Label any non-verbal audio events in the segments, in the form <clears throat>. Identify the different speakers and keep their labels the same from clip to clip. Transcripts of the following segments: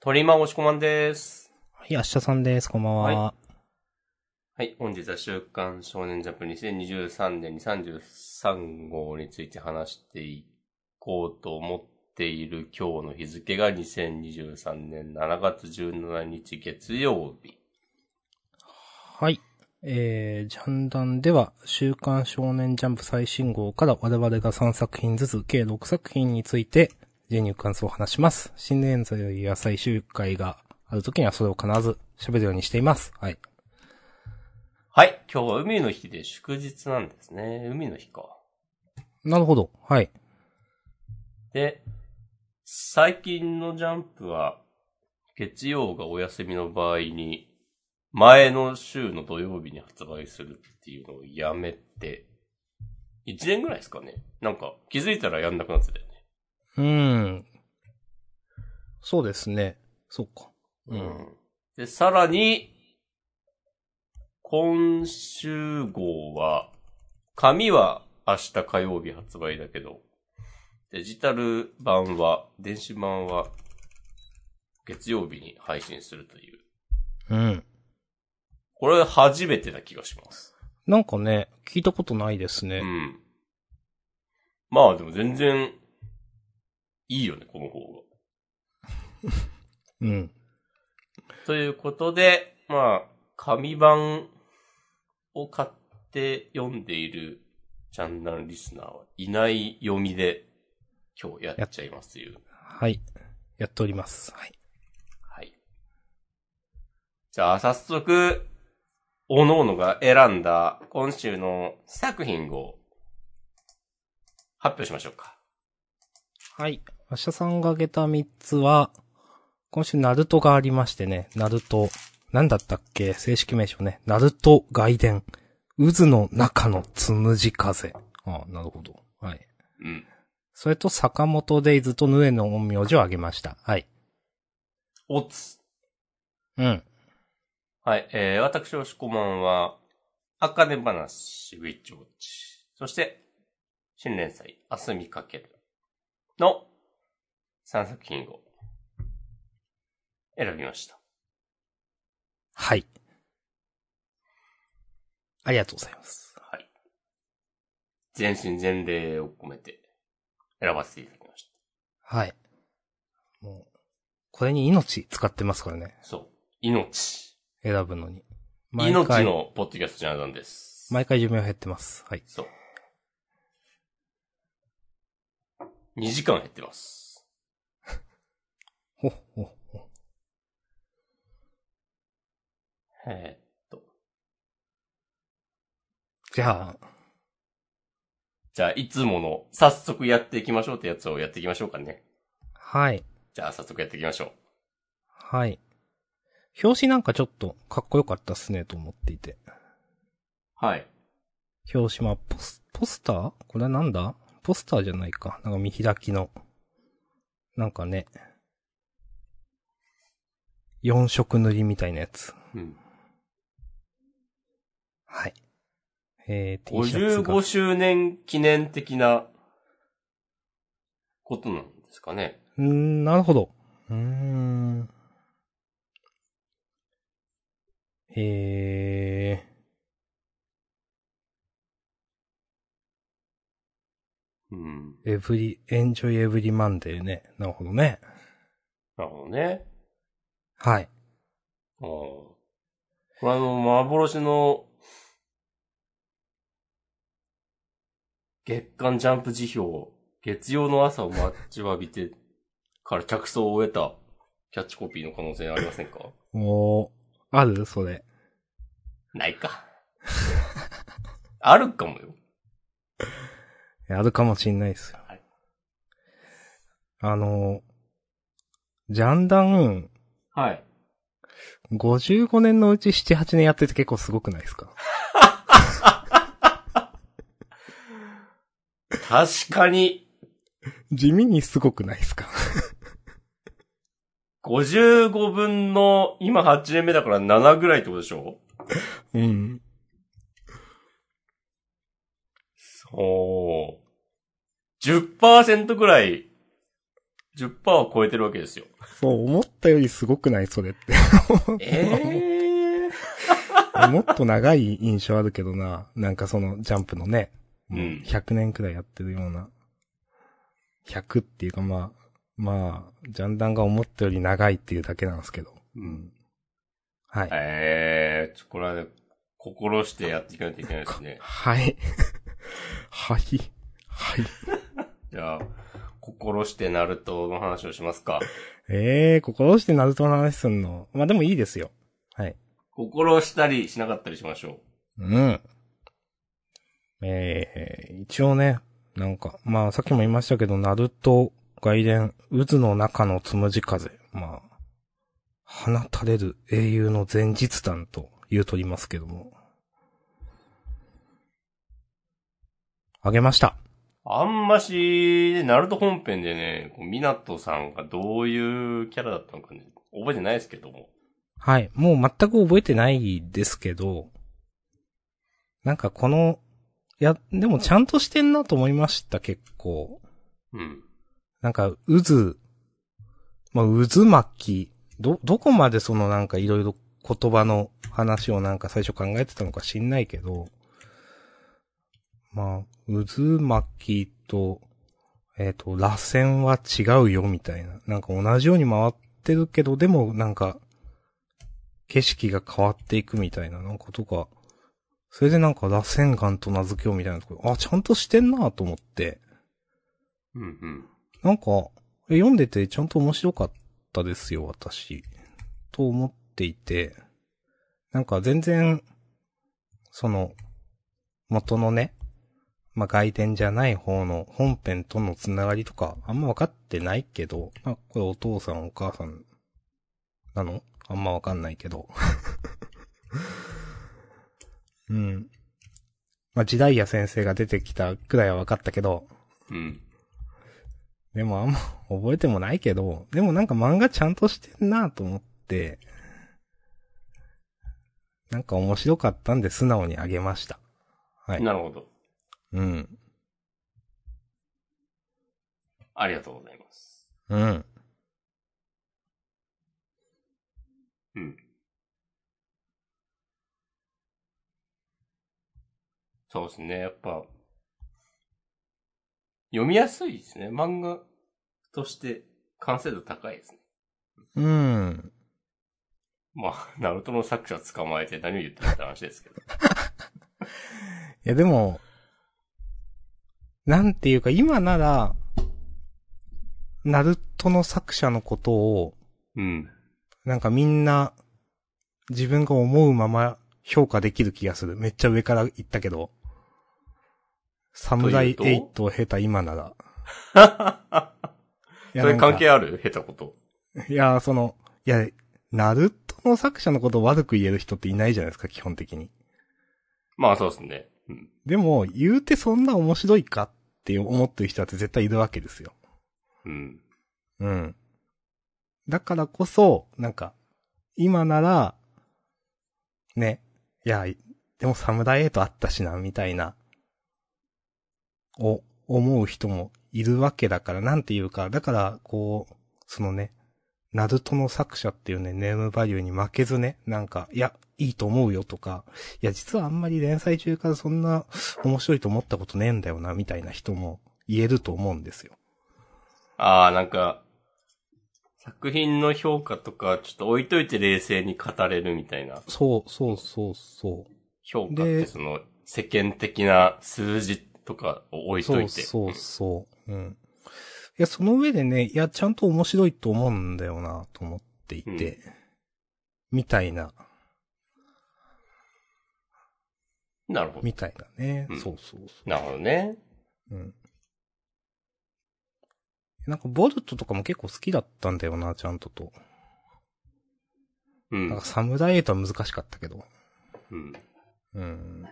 Speaker 1: トリマー押しこまんです。
Speaker 2: はい、明日さんです。こんばんは。
Speaker 1: ははい、本日は週刊少年ジャンプ2023年に33号について話していこうと思っている今日の日付が2023年7月17日月曜日。
Speaker 2: はい。えー、ジャンダンでは、週刊少年ジャンプ最新号から我々が3作品ずつ、計6作品について、自由に感想を話します。新年度よりは最終回がある時にはそれを必ず喋るようにしています。はい。
Speaker 1: はい、今日は海の日で祝日なんですね。海の日か。
Speaker 2: なるほど。はい。
Speaker 1: で、最近のジャンプは、月曜がお休みの場合に、前の週の土曜日に発売するっていうのをやめて、1年ぐらいですかねなんか気づいたらやんなくなってたよね。
Speaker 2: うーん。そうですね。そうか。う。
Speaker 1: うんん。で、さらに、今週号は、紙は明日火曜日発売だけど、デジタル版は、電子版は、月曜日に配信するという。
Speaker 2: うん。
Speaker 1: これ初めてな気がします。
Speaker 2: なんかね、聞いたことないですね。
Speaker 1: うん。まあでも全然、いいよね、この方が。
Speaker 2: うん。
Speaker 1: ということで、まあ、紙版を買って読んでいるチャンナルリスナーはいない読みで今日やっちゃいますという。
Speaker 2: はい。やっております。はい。
Speaker 1: はい。じゃあ、早速、おのおのが選んだ今週の作品を発表しましょうか。
Speaker 2: はい。明日さんが挙げた3つは、今週ナルトがありましてね、ナルト、なんだったっけ正式名称ね。ナルト外伝、渦の中のつむじ風。ああ、なるほど。はい。
Speaker 1: うん。
Speaker 2: それと坂本デイズとヌエの陰陽師を挙げました。はい。
Speaker 1: おつ。
Speaker 2: うん。
Speaker 1: はい、えー、私、おしこまんは、あかね話、ウィッチウォッチ、そして、新連載、明日見かけるの3作品を選びました。
Speaker 2: はい。ありがとうございます。
Speaker 1: はい。全身全霊を込めて選ばせていただきまし
Speaker 2: はい。もう、これに命使ってますからね。
Speaker 1: た。そう。命。
Speaker 2: 選ぶのに。毎
Speaker 1: 命
Speaker 2: 回、
Speaker 1: のポッドキャストジャーナルです。
Speaker 2: 毎回寿命減ってます。はい。
Speaker 1: そう。2時間減ってます。
Speaker 2: ほっほっほ。
Speaker 1: えーっと。
Speaker 2: じゃあ、
Speaker 1: じゃあ、いつもの、早速やっていきましょうってやつをやっていきましょうかね。
Speaker 2: はい、
Speaker 1: じゃあ、早速やっていきましょう。
Speaker 2: はい。表紙なんかちょっとかっこよかったっすねと思っていて。
Speaker 1: はい。
Speaker 2: 表紙はポス、ポスターこれはなんだポスターじゃないか。なんか見開きの。なんかね。4色塗りみたいなやつ。
Speaker 1: うん。
Speaker 2: はい。えー、T シャツが
Speaker 1: 55。周年記念的な、ことなんですかね。
Speaker 2: うーん、なるほど。うーん。えー。
Speaker 1: うん。
Speaker 2: エブリ、エンジョイエブリマンデーね。なるほどね。
Speaker 1: なるほどね。
Speaker 2: はい。
Speaker 1: ああ。これあの、幻の、月刊ジャンプ辞表、月曜の朝を待ちわびて、から着想を得たキャッチコピーの可能性ありませんか
Speaker 2: おー、あるそれ。
Speaker 1: ないか。あるかもよ。
Speaker 2: あるかもしんないですよ。
Speaker 1: はい
Speaker 2: あの、ジャンダン、
Speaker 1: はい。
Speaker 2: 55年のうち7、8年やってて結構すごくないですか
Speaker 1: 確かに、
Speaker 2: 地味にすごくないですか
Speaker 1: 55分の、今8年目だから7ぐらいってことでしょ
Speaker 2: <laughs> うん。
Speaker 1: そう。10%ぐらい、 10%を超えてるわけですよ。
Speaker 2: そう、思ったよりすごくないそれって。 <laughs>
Speaker 1: ええ
Speaker 2: もっと長い印象あるけどな。なんかそのジャンプのね。
Speaker 1: うん
Speaker 2: 100年くらいやってるような。100っていうかまあ、まあ、ジャンダンが思ったより長いっていうだけなんですけど。
Speaker 1: うん。
Speaker 2: はい。はい。
Speaker 1: ええちょ、これはね、心してやっていかないといけないです
Speaker 2: <laughs>
Speaker 1: ね。
Speaker 2: はい。はい。
Speaker 1: じゃあ、心してナルトの話をしますか。
Speaker 2: ええー、心してナルトの話すんの。まあでもいいですよ。はい。
Speaker 1: 心したりしなかったりしましょ
Speaker 2: うん。えー、一応ね、なんか、まあさっきも言いましたけど、ナルト、外伝、渦の中のつむじ風。まあ、放たれる英雄の前日談と言うとりますけども。あげました。
Speaker 1: う。あんまし、ナルト本編でね、こうミナトさんがどういうキャラだったのかね、覚えてないですけども。
Speaker 2: はい。もう全く覚えてないですけど、なんかこの、いや、でもちゃんとしてんなと思いました、結構。
Speaker 1: うん。
Speaker 2: なんか、渦、まあ、渦巻き、ど、どこまでそのなんかいろいろ言葉の話をなんか最初考えてたのか知んないけど、まあ、渦巻きと、えっ、と、螺旋は違うよみたいな。なんか同じように回ってるけど、でもなんか、景色が変わっていくみたいな、なんかとか、それでなんか螺旋岩と名付けようみたいなところ、あ、ちゃんとしてんなと思って、
Speaker 1: うんうん。
Speaker 2: なんか、え読んでてちゃんと面白かったですよ、私。と思っていて、なんか全然、その、元のね、まあ、外伝じゃない方の本編とのつながりとか、あんま分かってないけど、まあ、これお父さんお母さんなのあんま分かんないけど。 <laughs> うん。まあ、時代や先生が出てきたくらいは分かったけど、
Speaker 1: うん。
Speaker 2: でもあんま <laughs> 覚えてもないけど、でもなんか漫画ちゃんとしてんなと思って、なんか面白かったんで素直にあげました。はい。
Speaker 1: なるほど。
Speaker 2: うん。
Speaker 1: ありがとうございます。
Speaker 2: うん。
Speaker 1: うん。そうですね、やっぱ、読みやすいですね。漫画として完成度高いですね。
Speaker 2: うん。
Speaker 1: まあ、 <laughs> ナルトの作者捕まえて何を言ってるって話ですけど。
Speaker 2: いやでも、なんていうか今なら、ナルトの作者のことを、 <laughs>
Speaker 1: うん。
Speaker 2: なんかみんな、自分が思うまま評価できる気がする。めっちゃ上から言ったけど。サムライ
Speaker 1: という
Speaker 2: 8を経た今なら。い
Speaker 1: それ関係
Speaker 2: あ
Speaker 1: ある下手こと。
Speaker 2: るいや、その、いや、ナルトの作者のことを悪く言える人っていないじゃないですか、基本的に。
Speaker 1: まあ、そうですね。うん。
Speaker 2: でも、言うてそんな面白いかって思ってる人だって絶対いるわけですよ。
Speaker 1: うん。
Speaker 2: うん。だからこそ、なんか、今なら、ね、いや、でもサムライエイトあったしな、みたいな、を思う人もいるわけだから、なんていうか、だから、こう、そのね、ナルトの作者っていうね、ネームバリューに負けずね、なんか、いや、いいと思うよとか、いや、実はあんまり連載中からそんな面白いと思ったことねえんだよな、みたいな人も言えると思うんですよ。
Speaker 1: ああ、なんか、作品の評価とか、ちょっと置いといて冷静に語れるみたいな。
Speaker 2: そう、そう、そう、そう。
Speaker 1: 評価っ
Speaker 2: で
Speaker 1: てその、世間的な数字とかを置いといて。
Speaker 2: そうそうそう。うん。いや、その上でね、いや、ちゃんと面白いと思うんだよな、と思っていて、
Speaker 1: うん
Speaker 2: みたいな、
Speaker 1: なるほど
Speaker 2: み。たいなね。
Speaker 1: うん
Speaker 2: そうそうそ
Speaker 1: なるほどね。
Speaker 2: う。うん。なんか、ボルトとかも結構好きだったんだよな、ちゃんとと。
Speaker 1: う
Speaker 2: なん
Speaker 1: ん
Speaker 2: か、。サムライエイトは難しかったけど。
Speaker 1: うん。
Speaker 2: うん。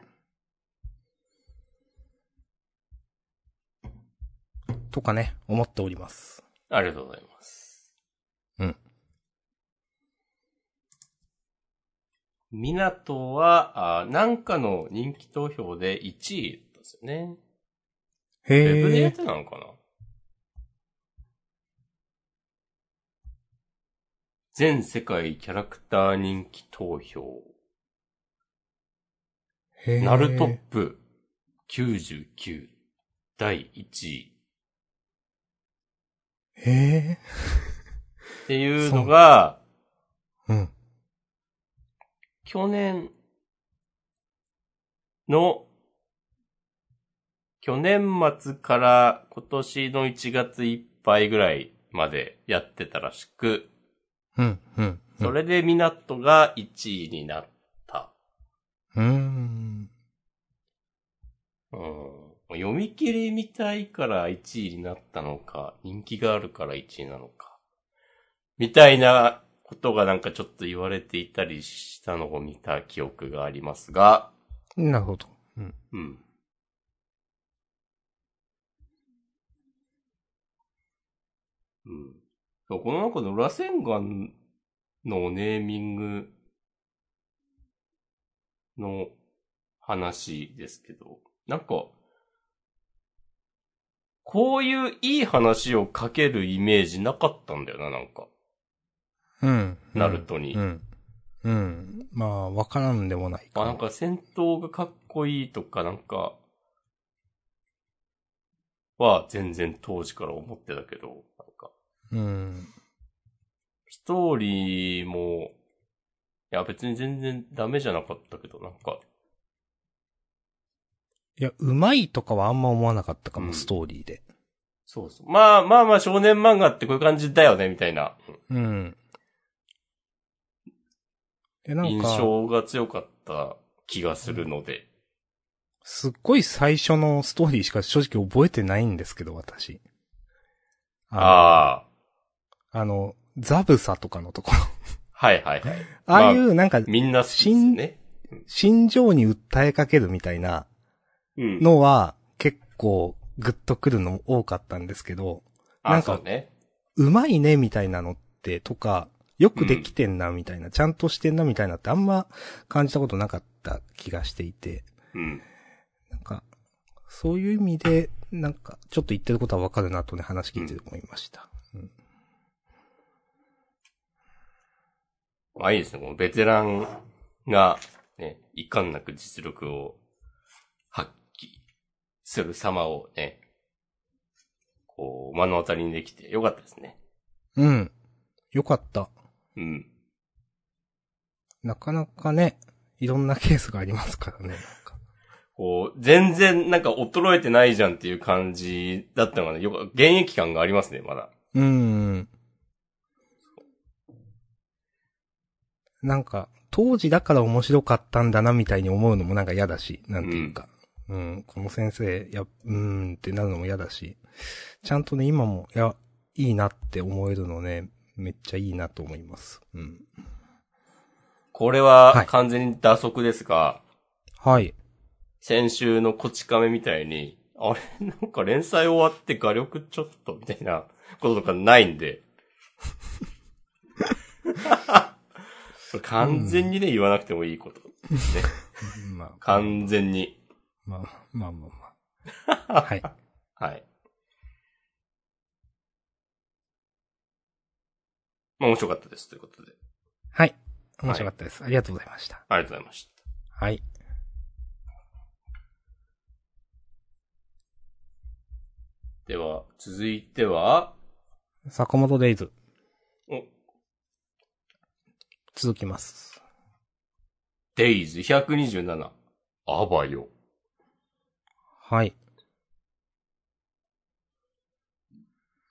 Speaker 2: とかね、思っております。
Speaker 1: ありがとうございます。
Speaker 2: うん。
Speaker 1: ミナトは、あなんかの人気投票で1位だったんですよね。ウェブで
Speaker 2: へ
Speaker 1: やっ
Speaker 2: え。
Speaker 1: てたのかな全世界キャラクター人気投票。
Speaker 2: へー
Speaker 1: ナルトップ99第1位
Speaker 2: へ
Speaker 1: っていうのが、
Speaker 2: え。うん。
Speaker 1: 去年の、去年末から今年の1月いっぱいぐらいまでやってたらしく、
Speaker 2: うん、うん。
Speaker 1: それでミナットが1位になった。
Speaker 2: うん。
Speaker 1: うん。読み切りみたいから1位になったのか、人気があるから1位なのか、みたいなことがなんかちょっと言われていたりしたのを見た記憶がありますが、
Speaker 2: なるほど。うん。
Speaker 1: うん。うん。そうこのなんかの螺旋丸のネーミングの話ですけど、なんか、こういういい話を書けるイメージなかったんだよな、なんか。
Speaker 2: うん。
Speaker 1: ナルトに
Speaker 2: うん。うん。まあ、わからんでもない
Speaker 1: あ、なんか戦闘がかっこいいとかなんか、は全然当時から思ってたけど、なんか、
Speaker 2: うん。
Speaker 1: ストーリーも、いや別に全然ダメじゃなかったけど、なんか、
Speaker 2: いや、うまいとかはあんま思わなかったかも、
Speaker 1: うん
Speaker 2: ストーリーで。
Speaker 1: そうそう。まあまあまあ少年漫画ってこういう感じだよね、みたいな
Speaker 2: うん。え、な
Speaker 1: 印
Speaker 2: んか、
Speaker 1: 象が強かった気がするので。
Speaker 2: すっごい最初のストーリーしか正直覚えてないんですけど、私。あ
Speaker 1: ああ、
Speaker 2: の。あの、ザブサとかのところ。
Speaker 1: はいはいはい。
Speaker 2: ああいう、なんか、
Speaker 1: みんな好きですね。
Speaker 2: 心情に訴えかけるみたいな
Speaker 1: うん。
Speaker 2: のは、結構、グッとくるの多かったんですけど、
Speaker 1: あ
Speaker 2: なん
Speaker 1: そ
Speaker 2: か
Speaker 1: うね。
Speaker 2: うまいね、みたいなのって、とか、よくできてんな、みたいな、ちゃんとしてんな、みたいなってあんま感じたことなかった気がしていて、
Speaker 1: うん。
Speaker 2: なんか、そういう意味で、なんか、ちょっと言ってることはわかるなとね、話聞いて思いました。
Speaker 1: まあいいですね。このベテランが、ね、いかんなく実力を発揮する様をね、こう、目の当たりにできてよかったですね。
Speaker 2: うん。よかった。
Speaker 1: うん。
Speaker 2: なかなかね、いろんなケースがありますからね、なんか。
Speaker 1: こう、全然なんか衰えてないじゃんっていう感じだったのがね、よく、現役感がありますね、まだ。
Speaker 2: うん。なんか、当時だから面白かったんだなみたいに思うのもなんか嫌だし、なんていうか。うん、この先生、や、うーんってなるのも嫌だし。ちゃんとね、今も、いや、いいなって思えるのね、めっちゃいいなと思います。うん。
Speaker 1: これ
Speaker 2: は
Speaker 1: はい完全に打足ですが、
Speaker 2: はい。
Speaker 1: 先週のこち亀みたいに、あれ、なんか連載終わって画力ちょっとみたいなこととかないんで。それ完全にね、言わなくてもいいこと。
Speaker 2: まあ、
Speaker 1: 完全に。
Speaker 2: まあ、まあまあまあ。はい。
Speaker 1: はい。まあ面白かったです。ということで。
Speaker 2: はい。面白かったです。ありがとうございました。
Speaker 1: ありがとうございました。
Speaker 2: はい。
Speaker 1: では、続いては、
Speaker 2: 坂本デイズ、
Speaker 1: お
Speaker 2: 続きます。
Speaker 1: デイズ127。あばよ。
Speaker 2: はい。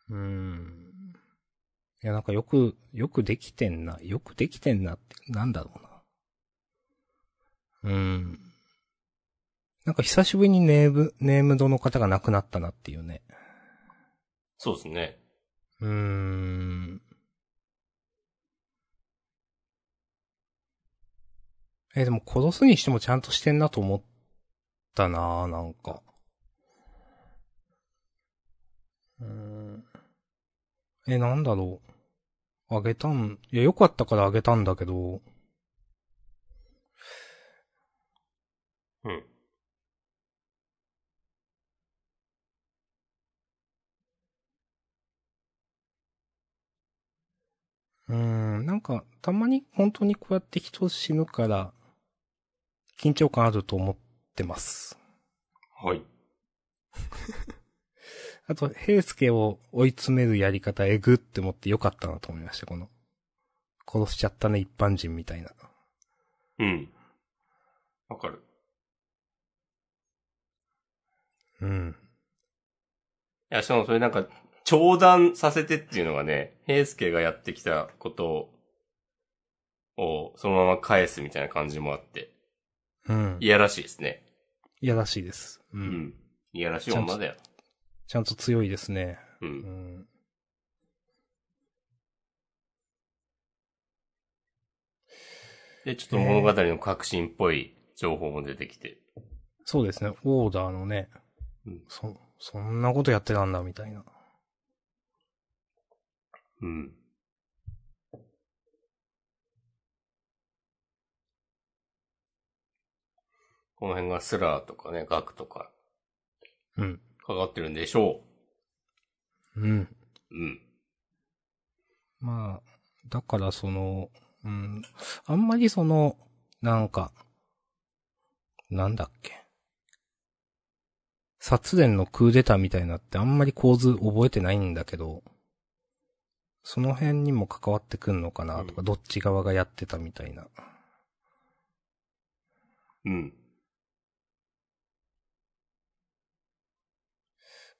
Speaker 2: うーん。いや、なんかよく、よくできてんな。よくできてんなって、なんだろうな。うーん。なんか久しぶりにネーム、ネームドの方が亡くなったなっていうね。
Speaker 1: そうですね。
Speaker 2: うーん。え、でも殺すにしてもちゃんとしてんなと思ったなぁ、なんか。うーん。え、なんだろう。あげたん、いや、よかったからあげたんだけど、
Speaker 1: うん。
Speaker 2: ううーん、なんか、たまに本当にこうやって人死ぬから、緊張感あると思ってます。
Speaker 1: はい。
Speaker 2: あと、平介を追い詰めるやり方、えぐって思ってよかったなと思いました、この。殺しちゃったね、一般人みたいな。
Speaker 1: うん。わかる。
Speaker 2: うん。
Speaker 1: いや、しかもそれなんか、長談させてっていうのがね、平介がやってきたことを、をそのまま返すみたいな感じもあって、
Speaker 2: うん。
Speaker 1: い
Speaker 2: い
Speaker 1: やらしいですね。
Speaker 2: やらしいです。う。
Speaker 1: うんん。いやらしい女だよ。
Speaker 2: ちゃんと強いですね。
Speaker 1: う。
Speaker 2: うんん。
Speaker 1: で、ちょっと物語の革新っぽい情報も出てきて。
Speaker 2: そうですね、オーダーのね
Speaker 1: うん、
Speaker 2: そ、そんなことやってたんだ、みたいな。
Speaker 1: うん。この辺がスラーとかね、ガクとか
Speaker 2: うん。
Speaker 1: かかってるんでしょ
Speaker 2: うん。
Speaker 1: う。うん。
Speaker 2: まあ、だからその、うん、あんまりその、なんか、なんだっけ。殺電のクーデターみたいなってあんまり構図覚えてないんだけど、その辺にも関わってくんのかなとか、
Speaker 1: う
Speaker 2: どっち側がやってたみたいな。
Speaker 1: うん。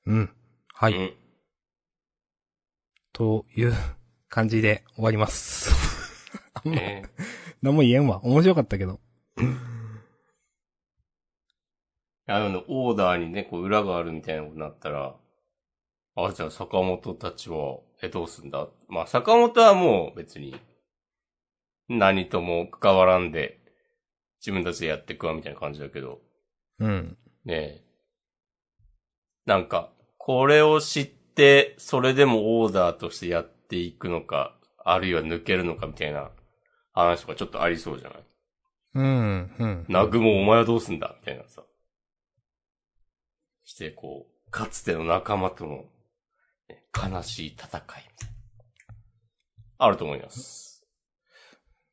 Speaker 2: うん。は
Speaker 1: う
Speaker 2: い。
Speaker 1: ん
Speaker 2: という感じで終わります。あんま、
Speaker 1: ね
Speaker 2: 何も言えんわ。面白かったけど。
Speaker 1: あのね、オーダーにね、こう裏があるみたいなことになったら、あ、じゃあ坂本たちは、え、どうすんだまあ、坂本はもう別に、何とも関わらんで、自分たちでやっていくわ、みたいな感じだけど、
Speaker 2: うん。
Speaker 1: ねえ。なんか、これを知って、それでもオーダーとしてやっていくのか、あるいは抜けるのかみたいな話とかちょっとありそうじゃない
Speaker 2: うん、うん。
Speaker 1: ナグもお前はどうすんだみたいなさ。して、こう、かつての仲間との、ね悲しい戦いみたいな。あると思います。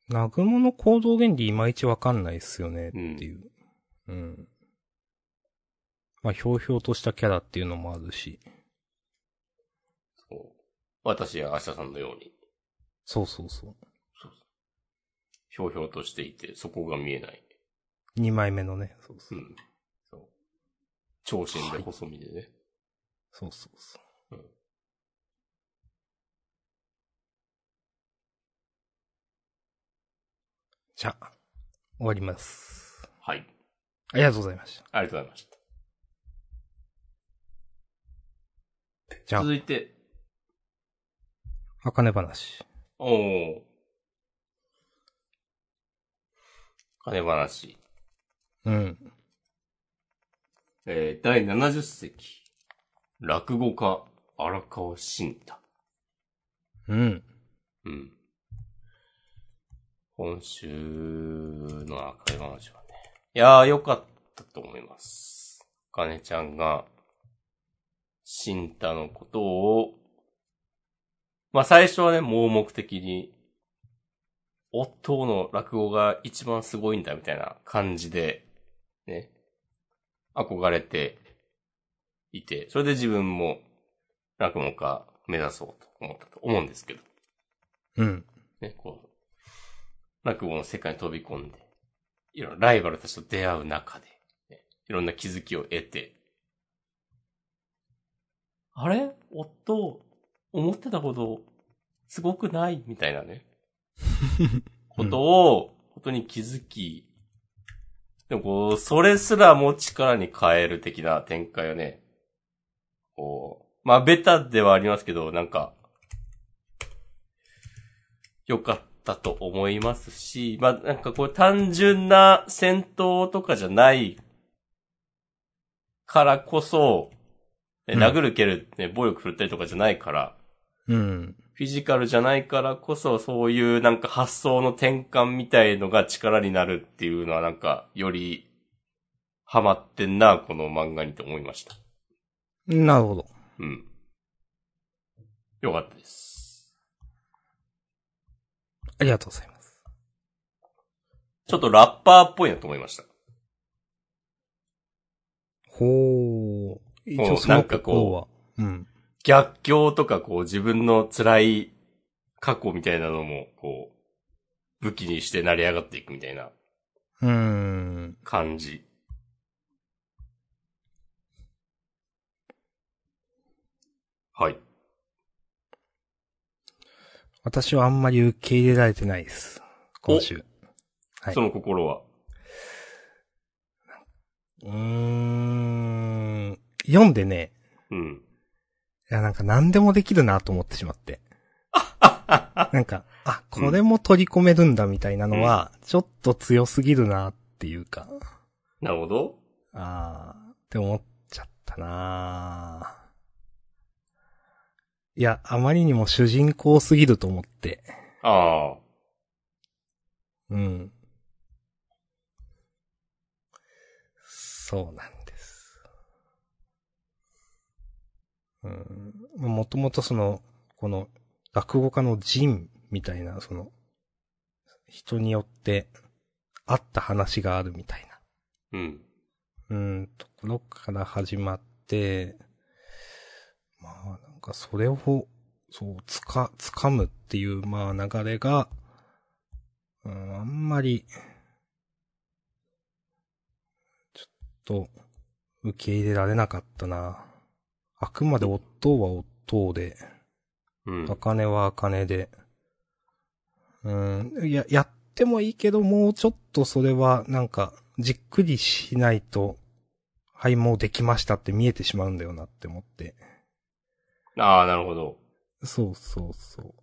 Speaker 2: ナグモの行動原理いまいちわかんないっすよねっていう。うん。まあ、ひょうひょうとしたキャラっていうのもあるし。
Speaker 1: そう私や明日さんのように、
Speaker 2: そうそうそう。
Speaker 1: ひょうひょうとしていて、そこが見えない。
Speaker 2: 二枚目のね。そうそうう。
Speaker 1: ん。そう。長身で細身でね。
Speaker 2: そうそうそ
Speaker 1: う
Speaker 2: う。
Speaker 1: ん
Speaker 2: じゃあ、終わります。
Speaker 1: はい。
Speaker 2: ありがとうございました。
Speaker 1: ありがとうございまし
Speaker 2: じ
Speaker 1: た。
Speaker 2: ゃ
Speaker 1: 続いて、
Speaker 2: あ、あかね話。
Speaker 1: おお。金話。
Speaker 2: うん。
Speaker 1: えー、第70席。落語家、荒川慎太。
Speaker 2: うん。
Speaker 1: うん。今週の赤い話はね。いやー、良かったと思います。かねちゃんが、シンタのことを、まあ最初はね、盲目的に、夫の落語が一番すごいんだみたいな感じで、ね、憧れていて、それで自分も落語家目指そうと思ったと思うんですけど。
Speaker 2: うん。
Speaker 1: ね、こう、落語の世界に飛び込んで、いろんなライバルたちと出会う中で、ね、いろんな気づきを得て、あれ夫、思ってたほど、すごくないみたいな
Speaker 2: <laughs>
Speaker 1: ね。ことを、ことに気づき、でもこう、それすらも力に変える的な展開をね、こう、まあ、ベタではありますけど、なんか、良かったと思いますし、まあ、なんかこう単純な戦闘とかじゃないからこそ、ね
Speaker 2: うん
Speaker 1: 殴る蹴る、ね、暴力振るったりとかじゃないから、
Speaker 2: うん。
Speaker 1: フィジカルじゃないからこそ、そういうなんか発想の転換みたいのが力になるっていうのはなんか、より、ハマってんな、この漫画にと思いました。
Speaker 2: なるほど。
Speaker 1: うん。よかったです。
Speaker 2: ありがとうございます。
Speaker 1: ちょっとラッパーっぽいなと思いました。
Speaker 2: ほー。一応そ
Speaker 1: な
Speaker 2: の
Speaker 1: んか
Speaker 2: 心
Speaker 1: こう
Speaker 2: は。うん。
Speaker 1: 逆境とかこう自分の辛い過去みたいなのもこう武器にして成り上がっていくみたいな
Speaker 2: うーん。
Speaker 1: 感じ。はい。
Speaker 2: 私はあんまり受け入れられてないです。今週。はい
Speaker 1: その心は。
Speaker 2: うーん。読んでね、
Speaker 1: うん。
Speaker 2: いや、なんか何でもできるなと思ってしま <laughs> って。なんか、あ、これも取り込めるんだみたいなのは、ちょっと強すぎるなっていうか、
Speaker 1: なるほど。
Speaker 2: あー、って思っちゃったなーいや、あまりにも主人公すぎると思って。
Speaker 1: ああ。
Speaker 2: うん。そうなんです。うん。まあもともとその、この、落語家の人みたいな、その、人によって、あった話があるみたいな。
Speaker 1: うん。
Speaker 2: うん、ところから始まって、まあなんかそれを、そう、つか、つかむっていう、まあ流れが、うん、あんまり、ちょっと、受け入れられなかったな。あくまで夫は夫で、
Speaker 1: うん。
Speaker 2: 茜は茜で。うん、いや、やってもいいけど、もうちょっとそれは、なんか、じっくりしないと、はい、もうできましたって見えてしまうんだよなって思って。
Speaker 1: ああ、なるほど。
Speaker 2: そうそうそう。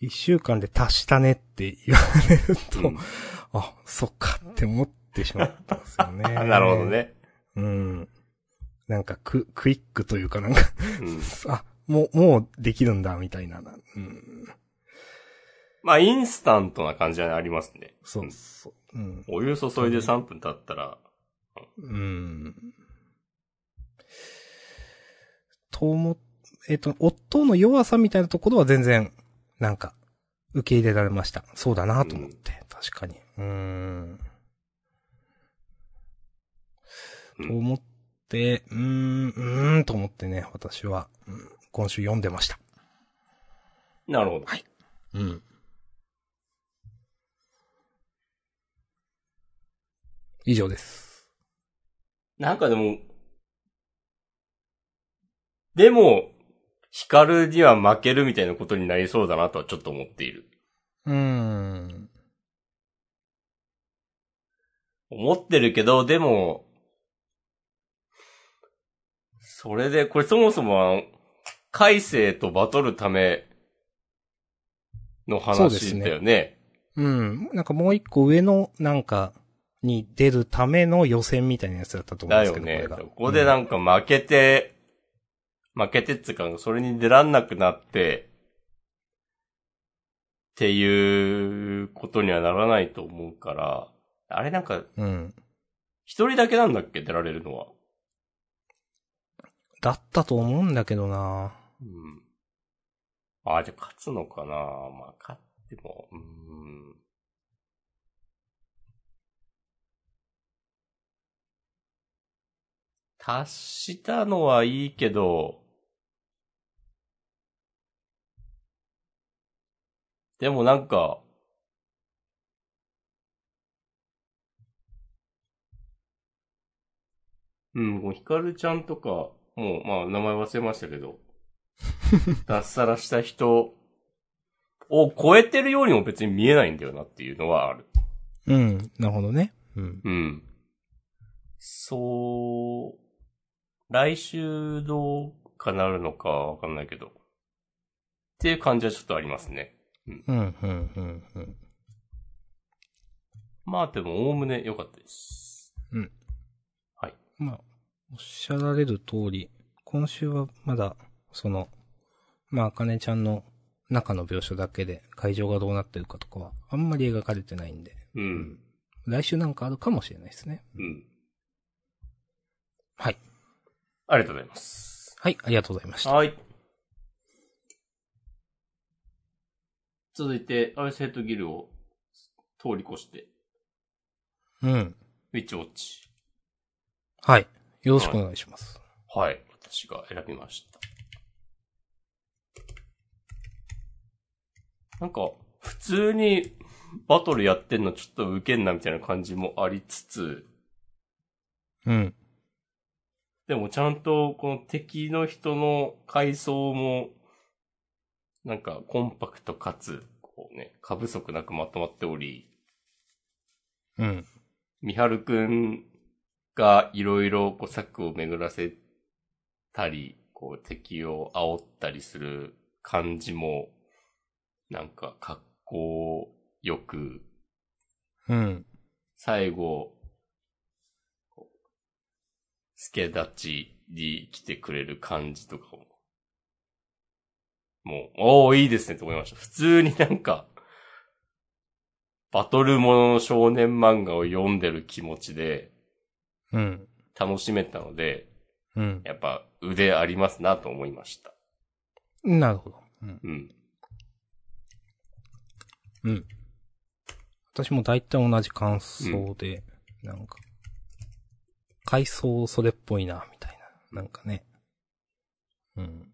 Speaker 2: 一週間で足したねって言われると、
Speaker 1: うん
Speaker 2: あ、そっかって思ってしまったんですよね。
Speaker 1: <laughs> あなるほど。ね。
Speaker 2: うん。なんかク、クイックというかなんか
Speaker 1: うん。
Speaker 2: あ、もう、もうできるんだ、みたいな。うん。
Speaker 1: まあ、インスタントな感じはありますね。
Speaker 2: そ
Speaker 1: ん
Speaker 2: うそう。うん。
Speaker 1: お湯注いで3分経ったら、
Speaker 2: うん。と思っ、えっ、と、夫の弱さみたいなところは全然、なんか、受け入れられました。そうだなと思って、確かに。うーん。
Speaker 1: うん
Speaker 2: と思って、うーん、うーん、と思ってね、私は、うん今週読んでました。
Speaker 1: なるほど。
Speaker 2: うん。以上です。
Speaker 1: なんかでも、でも、ヒカルには負けるみたいなことになりそうだなとはちょっと思っている。
Speaker 2: うーん。
Speaker 1: 思ってるけど、でも、それで、これそもそもあの、海星とバトるための
Speaker 2: そうです
Speaker 1: 話
Speaker 2: ね
Speaker 1: だよね。
Speaker 2: うん。なんかもう一個上の、なんか、に出るための予選みたいなやつだったと思うん
Speaker 1: だ
Speaker 2: です
Speaker 1: よ
Speaker 2: けど、
Speaker 1: ね。
Speaker 2: これが。
Speaker 1: ここでなんか負けて、負けてっつうか、それに出らんなくなって、っていうことにはならないと思うから、あれなんか、
Speaker 2: うん。うん。
Speaker 1: 一人だけなんだっけ出られるのは。
Speaker 2: だったと思うんだけどな
Speaker 1: うん。あ、じゃあ勝つのかなまあ、勝っても、うーん。達したのはいいけど、でもなんか、うん、こうヒカルちゃんとか、もう、まあ、名前忘れましたけど、脱サラした人を超えてるようにも別に見えないんだよなっていうのはある。
Speaker 2: うん。なるほどね。うん。
Speaker 1: うん。そう、来週どうかなるのかわかんないけど。っていう感じはちょっとありますね。
Speaker 2: うん、うん、うん、うん。
Speaker 1: まあでも、おおむね良かったです。
Speaker 2: まあ、おっしゃられる通り、今週はまだ、その、まあ、あかねちゃんの中の描写だけで会場がどうなってるかとかは、あんまり描かれてないんで、
Speaker 1: うん。
Speaker 2: 来週なんかあるかもしれないですね。
Speaker 1: うん。
Speaker 2: はい。
Speaker 1: ありがとうございます。
Speaker 2: はい、ありがとうございました。
Speaker 1: はい。続いて、アイスヘッドギルを通り越して、
Speaker 2: うん。
Speaker 1: ウィッチウォッチ。
Speaker 2: はい。よろしくお願いします。
Speaker 1: はい。私が選びました。なんか、普通にバトルやってんのちょっとウケんなみたいな感じもありつつ、
Speaker 2: うん。
Speaker 1: でもちゃんとこの敵の人の階層も、なんかコンパクトかつ、こうね、過不足なくまとまっており、
Speaker 2: うん。
Speaker 1: みはるくんがいろいろこう策を巡らせたり、こう敵を煽ったりする感じも、なんか格好よく、
Speaker 2: うん。
Speaker 1: 最後、助立ちに来てくれる感じとかも。もう、おーいいですねって思いました。普通になんか、バトルものの少年漫画を読んでる気持ちで
Speaker 2: うん。
Speaker 1: 楽しめたので、
Speaker 2: うん。
Speaker 1: やっぱ腕ありますなと思いました。
Speaker 2: なるほど。うん。
Speaker 1: うん。
Speaker 2: うん。私も大体同じ感想で、なんか、階層それっぽいな、みたいな。なんかね。うん。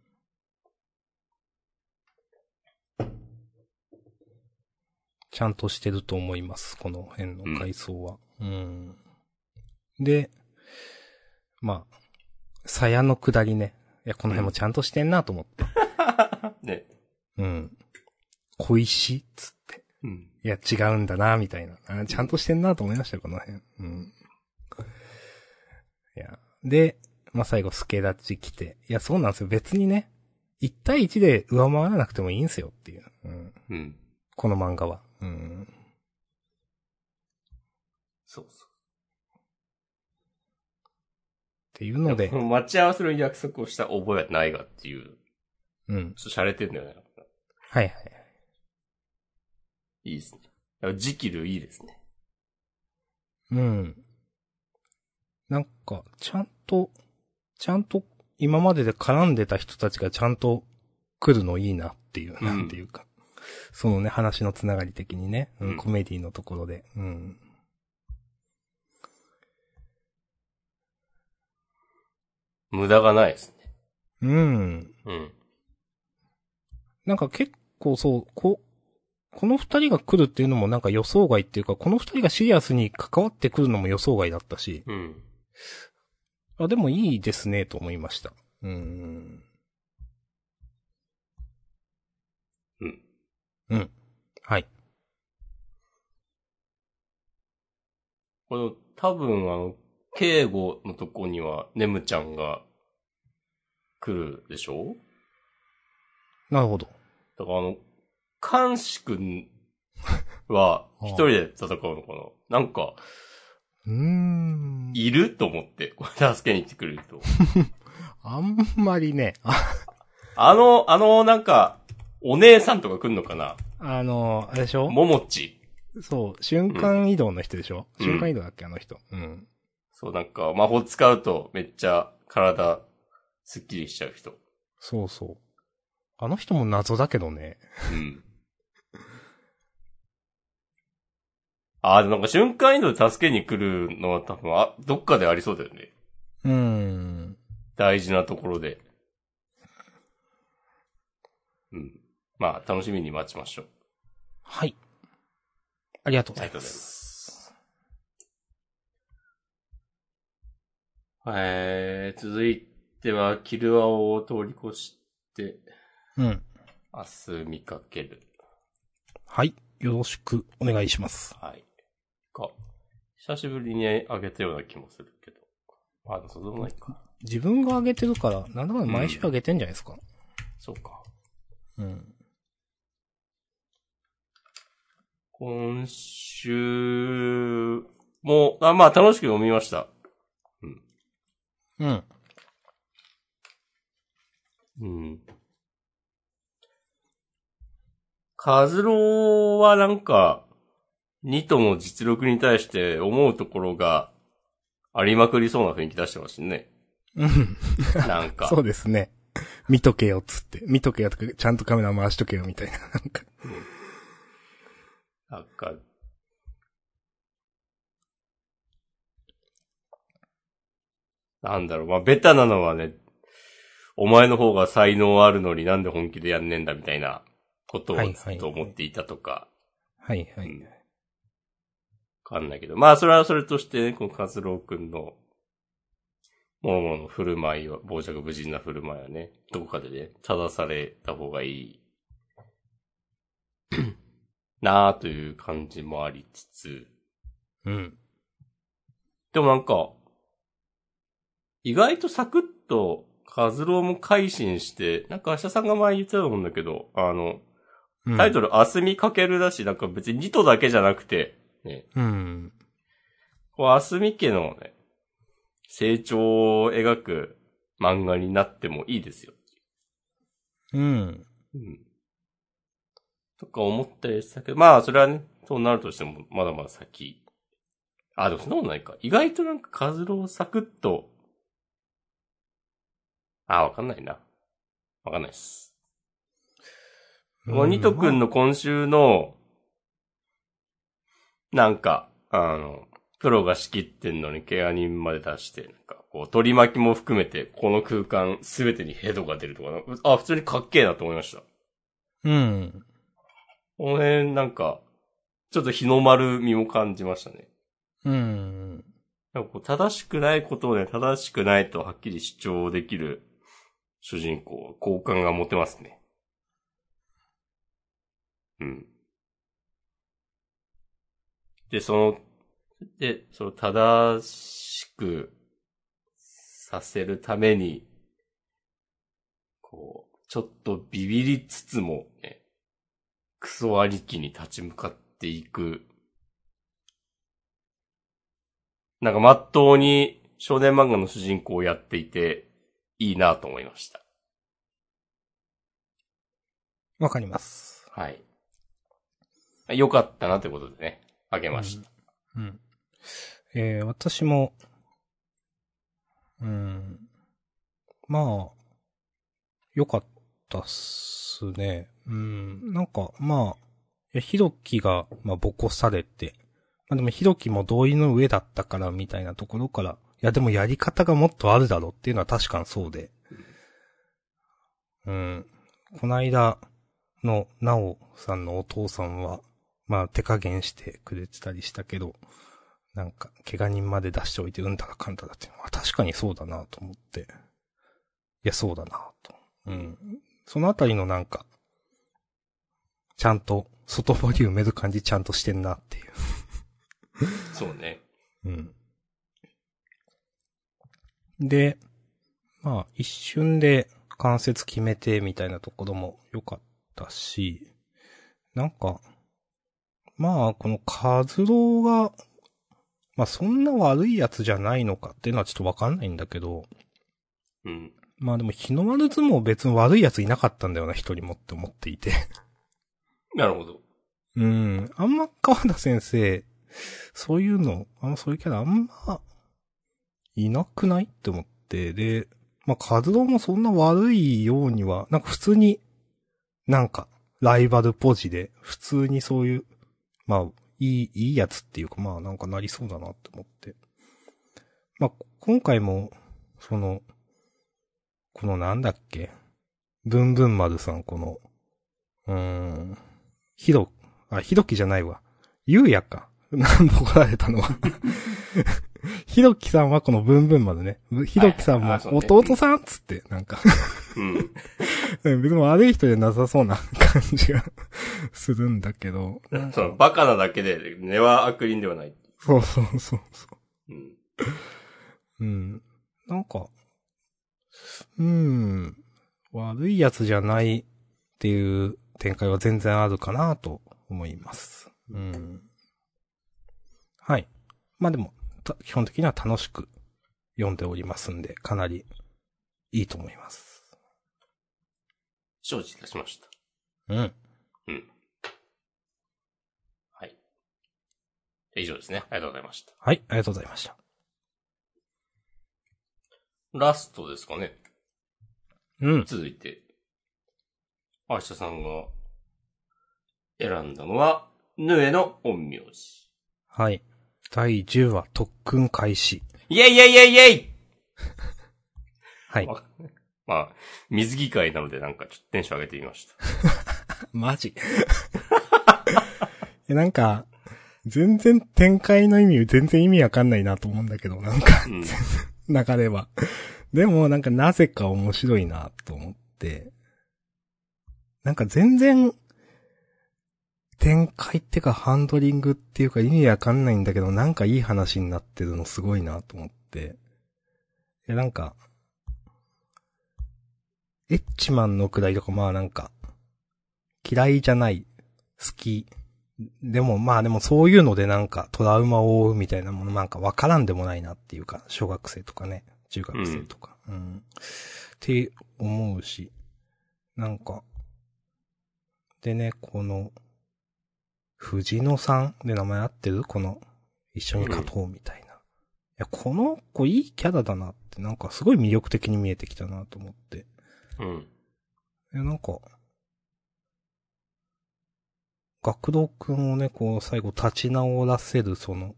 Speaker 2: ちゃんとしてると思います、この辺の階層は。うん。で、まあ、鞘の下りね。いや、この辺もちゃんとしてんなと思って。
Speaker 1: ね。
Speaker 2: うん。小石つって。
Speaker 1: うん。
Speaker 2: いや、違うんだな、みたいな。あちゃんとしてんな、と思いましたよ、この辺。うん。いや、で、まあ、最後、助立ち来て。いや、そうなんですよ。別にね、1対1で上回らなくてもいいんすよっていう。うん。
Speaker 1: うん。
Speaker 2: この漫画は。うん。
Speaker 1: そうそ
Speaker 2: っていう
Speaker 1: う。
Speaker 2: ので
Speaker 1: こ、の待ち合わせの約束をした覚えはないがっていう、
Speaker 2: うん。
Speaker 1: ちょっと洒落てんだよね。
Speaker 2: はいはい。
Speaker 1: いいですね。やっぱジキルいいですね。
Speaker 2: うん。なんか、ちゃんと、ちゃんと今までで絡んでた人たちがちゃんと来るのいいなっていう、
Speaker 1: うん
Speaker 2: なんていうか。そのね、話のつながり的にね、うん
Speaker 1: うん
Speaker 2: コメディのところで。うん。
Speaker 1: 無駄がないですね。
Speaker 2: うん。
Speaker 1: うん。
Speaker 2: なんか結構そう、こ、この二人が来るっていうのもなんか予想外っていうか、この二人がシリアスに関わってくるのも予想外だったし、
Speaker 1: うん。
Speaker 2: あ、でもいいですね、と思いました。うん。
Speaker 1: うん。
Speaker 2: うん。はい。
Speaker 1: この、多分あの、敬語のとこには、ネムちゃんが来るでしょ
Speaker 2: なるほど。
Speaker 1: だからあの、監視くんは
Speaker 2: あ
Speaker 1: 一人で戦うのかななんか、
Speaker 2: うーん。
Speaker 1: いると思って、これ助けに来てくれると。
Speaker 2: あんまりね、あ、
Speaker 1: あの、あの、なんか、お姉さんとか来んのかな
Speaker 2: あの、あれでしょ
Speaker 1: ももち。
Speaker 2: そう、瞬間移動の人でしょ、
Speaker 1: うん
Speaker 2: 瞬間移動だっけあの人。うん。
Speaker 1: そう、なんか、魔法使うとめっちゃ体、スッキリしちゃう人。
Speaker 2: そうそう。あの人も謎だけどね。
Speaker 1: うん。あー、でもなんか瞬間移動で助けに来るのは多分、あ、どっかでありそうだよね。
Speaker 2: うーん。
Speaker 1: 大事なところで。うん。まあ、楽しみに待ちましょう。
Speaker 2: はい。ありがとうご
Speaker 1: あ
Speaker 2: ざ
Speaker 1: り
Speaker 2: い
Speaker 1: がとうござ
Speaker 2: ま。
Speaker 1: いますす。えー、続いては、キルアオを通り越して、
Speaker 2: うん。
Speaker 1: 明日見かける。
Speaker 2: はい。よろしくお願いします。
Speaker 1: はい。か。久しぶりにあげたような気もするけど。あ、そうでもないか。
Speaker 2: 自分が上げてるから、なんだかんだ毎週上げてんじゃないですか。
Speaker 1: そうか。
Speaker 2: うん。
Speaker 1: 今週も、あ、まあ楽しく読みました。
Speaker 2: うん。
Speaker 1: うん。カズローはなんか、ニトの実力に対して思うところがありまくりそうな雰囲気出してます
Speaker 2: <laughs>
Speaker 1: ね。
Speaker 2: うん。
Speaker 1: なんか。
Speaker 2: そうですね。見とけよ、つって。見とけよとか、ちゃんとカメラ回しとけよ、みたいな。なんか。
Speaker 1: なんか、なんだろう、まあ、ベタなのはね、お前の方が才能あるのになんで本気でやんねえんだみたいなことを
Speaker 2: はい
Speaker 1: ずっと思っていたとか、
Speaker 2: はいはい。
Speaker 1: うんわかんないけど。まあ、それはそれとしてね、このカズローくんの、モモの振る舞いは、傍若無人な振る舞いはね、どこかでね、正された方がいい、 <clears throat> なあという感じもありつつ、
Speaker 2: うん。
Speaker 1: でもなんか、意外とサクッと、カズローも改心して、なんか明日さんが前言ってたと思うんだけど、あの、
Speaker 2: うん
Speaker 1: タイトル、あすみかけるだし、なんか別にニトだけじゃなくて、ね、
Speaker 2: うん。
Speaker 1: こう、あすみ家のね、成長を描く漫画になってもいいですよ。
Speaker 2: うん。
Speaker 1: うん。とか思ったりしたけど、まあ、それはね、そうなるとしても、まだまだ先。あ、でもそんなことないか。意外となんか、カズローサクッと、あ、わかんないな。わかんないっす。もう、ニト君
Speaker 2: の。
Speaker 1: の今週の、なんか、あの、プロが仕切ってんのにケア人まで出して、なんか、こう、取り巻きも含めて、この空間すべてにヘドが出るとかな、あ、普通にかっけえなと思いました。
Speaker 2: うん。
Speaker 1: この辺、なんか、ちょっと日の丸みも感じましたね。
Speaker 2: うん。
Speaker 1: なんかこう正しくないことをね、正しくないとはっきり主張できる主人公、好感が持てますね。うん。で、その、で、その正しくさせるために、こう、ちょっとビビりつつも、ね、クソ兄貴に立ち向かっていくなんか、まっとうに少年漫画の主人公をやっていて、いいなと思いました。
Speaker 2: わかります。
Speaker 1: はい。良かったなってことでね、あげました。
Speaker 2: うん。えー、私も、うん。まあ、良かったっすね。うん。なんか、まあ、いや、ひろきが、まあ、ぼこされて、まあでも、ひろきも同意の上だったから、みたいなところから、いや、でもやり方がもっとあるだろうっていうのは確かにそうで。うん。こないだの、なおさんのお父さんは、まあ、手加減してくれてたりしたけど、なんか、怪我人まで出しておいてうんたらかんたらっていうのは確かにそうだなと思って。いや、そうだなと。うん。そのあたりのなんか、ちゃんと、外堀埋める感じちゃんとしてんなっていう。
Speaker 1: そうね。
Speaker 2: うん。で、まあ、一瞬で関節決めてみたいなところも良かったし、なんか、まあ、このカズローが、まあ、そんな悪いやつじゃないのかっていうのはちょっとわかんないんだけど、
Speaker 1: うん。
Speaker 2: まあでも日の丸相撲別に悪いやついなかったんだよな、一人もって思っていて。
Speaker 1: なるほど。
Speaker 2: うん。あんま川田先生、そういうの、あの、そういうキャラあんま、いなくないって思って、で、まあ、カズロもそんな悪いようには、なんか普通に、なんか、ライバルポジで、普通にそういう、まあ、いい、いいやつっていうか、まあ、なんかなりそうだなって思って。まあ、今回も、その、このなんだっけ、ブンブン丸さん、この、うーん、ひど、あ、ひどきじゃないわ。ゆうやか。なんぼ怒られ
Speaker 1: <laughs>
Speaker 2: たのは。ひどきさんはこのブンブン丸ね。ひどきさん
Speaker 1: はいはい
Speaker 2: も
Speaker 1: あそうね
Speaker 2: 弟さんっつって、なんか、
Speaker 1: うん。
Speaker 2: うん別に悪い人じゃなさそうな <laughs> 感じがするんだけど。
Speaker 1: その、バカなだけで、根は悪人ではない。
Speaker 2: そうそうそうそ
Speaker 1: うん。
Speaker 2: う。うん。なんか、うん。悪いやつじゃないっていう展開は全然あるかなと思います。うん。はい。まあでも、た基本的には楽しく読んでおりますんで、かなりいいと思います。
Speaker 1: 承知いたしました。
Speaker 2: うん。
Speaker 1: はい。以上ですね。ありがとうございました。
Speaker 2: はい、ありがとうございました。
Speaker 1: ラストですかね。
Speaker 2: うん。
Speaker 1: 続いて、明日さんが選んだのは、ぬえの陰陽師。
Speaker 2: はい。第10話、特訓開始。
Speaker 1: イェイイェイイェイイェイ
Speaker 2: はい。
Speaker 1: わまあ、水着会なのでなんかちょっとテンション上げてみました。
Speaker 2: マ <laughs> ジ。えなんか、全然展開の意味、全然意味わかんないなと思うんだけど、なんか、
Speaker 1: うん。
Speaker 2: 流れは。でも、なんかなぜか面白いなと思って。なんか全然、展開ってかハンドリングっていうか意味わかんないんだけど、なんかいい話になってるのすごいなと思って。いや、なんか、エッチマンのくらいとか、まあなんか、嫌いじゃない、好き。でもまあでもそういうのでなんかトラウマを負うみたいなものなんかわからんでもないなっていうか、小学生とかね、中学生とか。うん。って思うし、なんか、でね、この、藤野さんで名前合ってるこの、一緒に勝とうみたいな。いや、この子いいキャラだなって、なんかすごい魅力的に見えてきたなと思って。
Speaker 1: うん。
Speaker 2: え、なんか、学童くんをね、こう、最後立ち直らせる、その、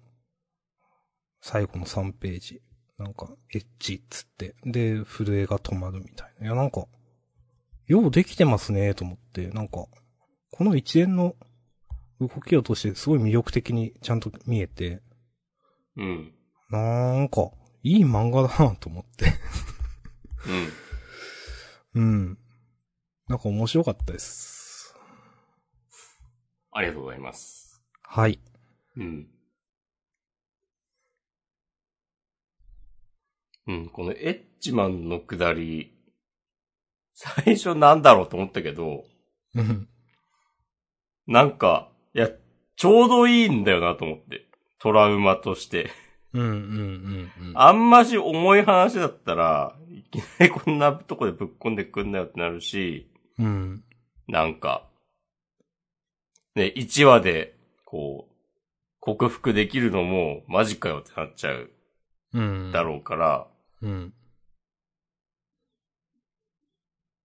Speaker 2: 最後の3ページ。なんか、エッチっつって。で、震えが止まるみたいな。いや、なんか、ようできてますね、と思って。なんか、この一連の動きを通して、すごい魅力的にちゃんと見えて、
Speaker 1: うん。
Speaker 2: なんか、いい漫画だな、と思って。
Speaker 1: うん。
Speaker 2: うん。なんか面白かったです。
Speaker 1: ありがとうございます。
Speaker 2: はい。
Speaker 1: うん。うん、このエッチマンのくだり、最初なんだろうと思ったけど、
Speaker 2: うん。
Speaker 1: なんか、いや、ちょうどいいんだよなと思って。トラウマとして。
Speaker 2: うんうんうんうん。
Speaker 1: あんまし重い話だったら、いきなりこんなとこでぶっ込んでくんなよってなるし、
Speaker 2: うん。
Speaker 1: なんか、ね、1話で、こう、克服できるのも、マジかよってなっちゃう
Speaker 2: うん。
Speaker 1: だろうから、
Speaker 2: うん。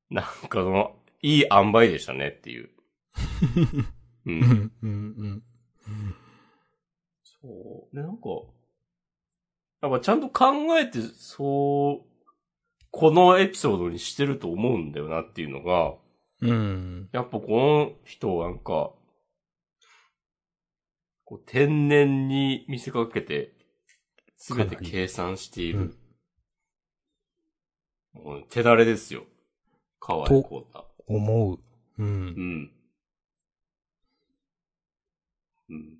Speaker 1: なんかその、いい塩梅でしたねっていう。う。
Speaker 2: うんん。うん。
Speaker 1: そう。ね、なんか、やっぱちゃんと考えて、そう、このエピソードにしてると思うんだよなっていうのが、
Speaker 2: うん。
Speaker 1: やっぱこの人はなんか、こう天然に見せかけて、すべて計算している。もう手慣れですよ。河合
Speaker 2: と
Speaker 1: こうた。
Speaker 2: 思う。う。
Speaker 1: うんん。うん。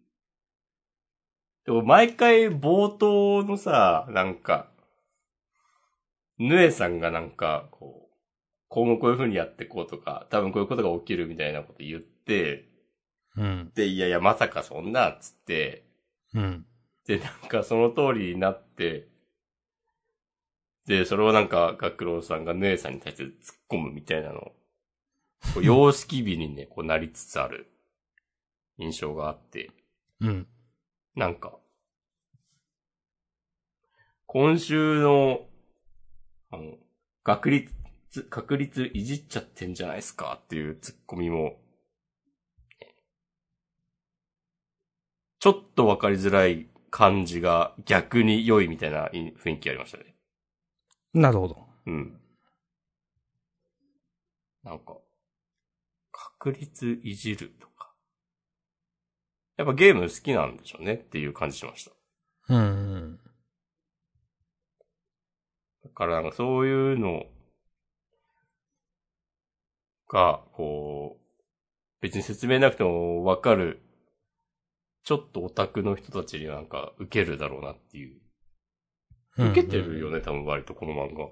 Speaker 1: でも毎回冒頭のさ、なんか、ぬえさんがなんか、こう、今後こういう風にやってこうとか、多分こういうことが起きるみたいなこと言って、
Speaker 2: うん。
Speaker 1: で、いやいや、まさかそんな、っつって、
Speaker 2: うん。
Speaker 1: で、なんかその通りになって、で、それをなんか、学郎さんが姉さんに対して突っ込むみたいなのを、こう様式美にね、こうなりつつある印象があって、
Speaker 2: うん。
Speaker 1: なんか、今週の、あの、確率、確率いじっちゃってんじゃないですかっていう突っ込みも、ちょっとわかりづらい感じが逆に良いみたいな雰囲気ありましたね。
Speaker 2: なるほど。
Speaker 1: うん。なんか、確率いじるとか。やっぱゲーム好きなんでしょうねっていう感じしました。
Speaker 2: うん。
Speaker 1: だからなんかそういうのが、こう、別に説明なくてもわかる、ちょっとオタクの人たちになんか受けるだろうなっていう。受けてるよ
Speaker 2: ね。
Speaker 1: ね、多分割とこの漫画。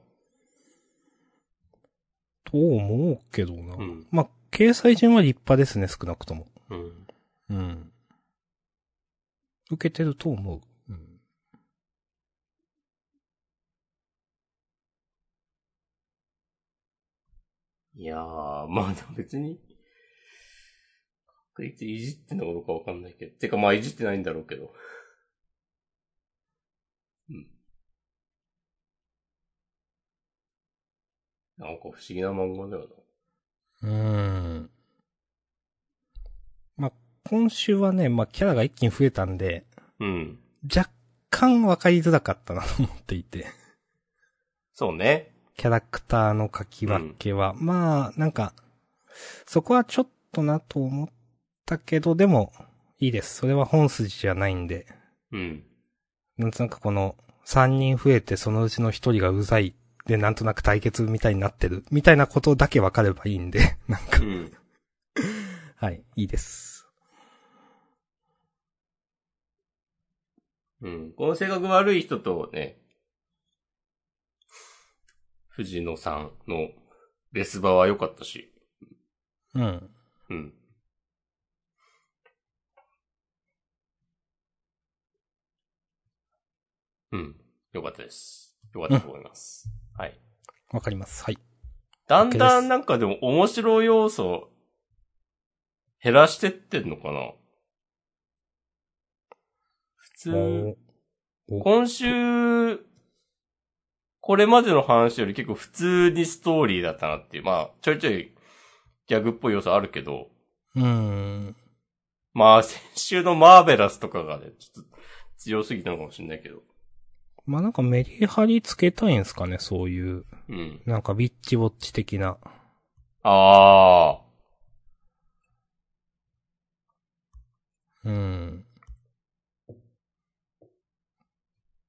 Speaker 2: と思うけどな
Speaker 1: うん。
Speaker 2: まあ、掲載順は立派ですね、少なくとも。
Speaker 1: うん。
Speaker 2: うん。受けてると思う。うん。
Speaker 1: いやー、 <laughs> まあでも別に、確率いじってんのかどうかわかんないけど。てかまあいじってないんだろうけど。うん。なんか不思議な漫画だよな。
Speaker 2: うーん。まあ、今週はね、まあ、キャラが一気に増えたんで、
Speaker 1: うん。
Speaker 2: 若干わかりづらかったなと思っていて。
Speaker 1: そうね。
Speaker 2: キャラクターの書き分けは。まあ、なんか、そこはちょっとなと思ったけど、でも、いいです。それは本筋じゃないんで。
Speaker 1: うん。
Speaker 2: なんとなくこの、3人増えてそのうちの1人がうざい。で、なんとなく対決みたいになってる。みたいなことだけわかればいいんで。 <laughs> なんか
Speaker 1: う、ん。
Speaker 2: はい、いいです。
Speaker 1: うん。この性格悪い人とね、藤野さんのレスバは良かったし。
Speaker 2: うん。
Speaker 1: うん。うん。良かったです。良かったと思います。はい。
Speaker 2: わかります。はい。
Speaker 1: だんだんなんかでも面白い要素減らしてってんのかな普通、今週、これまでの話より結構普通にストーリーだったなっていう。まあ、ちょいちょいギャグっぽい要素あるけど、
Speaker 2: うーん。
Speaker 1: まあ、先 <laughs> 週のマーベラスとかがね、ちょっと強すぎたのかもしれないけど。
Speaker 2: まあ、なんかメリハリつけたいんですかね、そういう。
Speaker 1: うん。
Speaker 2: なんかビッチウォッチ的な。
Speaker 1: ああ。
Speaker 2: うん。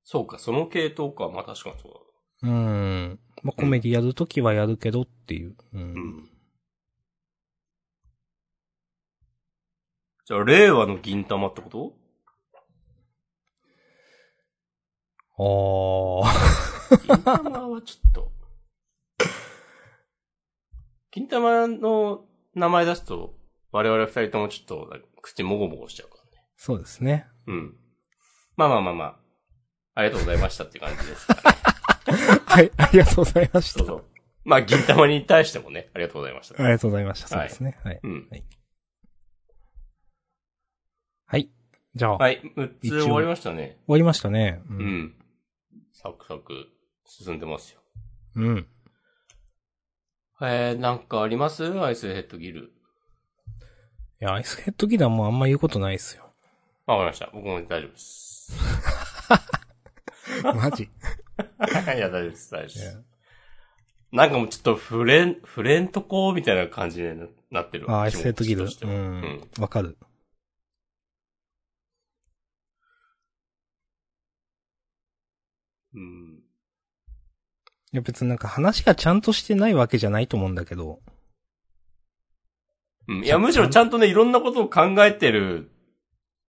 Speaker 1: そうか、その系統か。まあ確かにそうだ。
Speaker 2: うん。まあ、コメディやるときはやるけどっていう。う。
Speaker 1: うんん。じゃあ、令和の銀玉ってこと
Speaker 2: あー。 <laughs>
Speaker 1: 銀玉はちょっと。 <laughs> 銀玉の名前出すと、我々二人ともちょっと、口もごもごしちゃうからね。
Speaker 2: そうで
Speaker 1: <laughs>
Speaker 2: すね。
Speaker 1: うん。まあまあまあまあ。ありがとうございましたって感じです。
Speaker 2: はい、ありがとうございまし
Speaker 1: そう
Speaker 2: た。
Speaker 1: そう。まあ、銀玉に対してもね、ありがとうございました。
Speaker 2: ありがとうございました。そう
Speaker 1: はい
Speaker 2: ですね。はい。
Speaker 1: うん。
Speaker 2: はい。じゃあ、
Speaker 1: は
Speaker 2: 終
Speaker 1: い、6つ終わりましたね。
Speaker 2: わりましたね。う。
Speaker 1: うんん。サクサク進んでますよ。
Speaker 2: うん。
Speaker 1: えー、なんかありますアイスヘッドギル。
Speaker 2: いや、アイスヘッドギターもうあんま言うことない
Speaker 1: <laughs>
Speaker 2: っすよ。
Speaker 1: わかりました。僕も大丈夫です。
Speaker 2: <laughs> マジ。
Speaker 1: いや、大丈夫です、大丈夫です。なんかもうちょっと触れん、触れんとこみたいな感じになってる
Speaker 2: あー、アイスヘッドギル。
Speaker 1: 気持ちとして
Speaker 2: う
Speaker 1: も
Speaker 2: ん。わかる。
Speaker 1: うん。
Speaker 2: いや、別になんか話がちゃんとしてないわけじゃないと思うんだけど。
Speaker 1: うん。いや、むしろちゃんとね、いろんなことを考えてる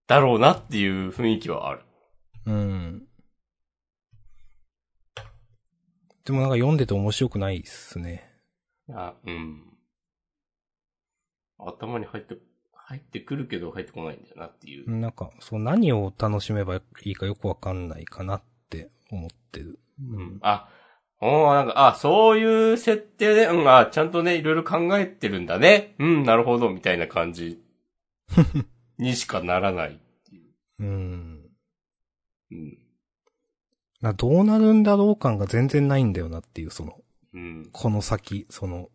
Speaker 1: だろうなっていう雰囲気はある。
Speaker 2: うん。でもなんか読んでて面白くないっすね。
Speaker 1: あ、うん。頭に入って、入ってくるけど入ってこないんだよなっていう。
Speaker 2: なんか、そう、何を楽しめばいいかよくわかんないかなって思ってる。う
Speaker 1: うん。。あ、おーなんか、あ、そういう設定で、うん、あ、ちゃんとね、いろいろ考えてるんだね。うん、なるほど、みたいな感じにしかならない。
Speaker 2: うん。
Speaker 1: うん。
Speaker 2: などうなるんだろう感が全然ないんだよなっていう、その、
Speaker 1: うん。
Speaker 2: この先、その、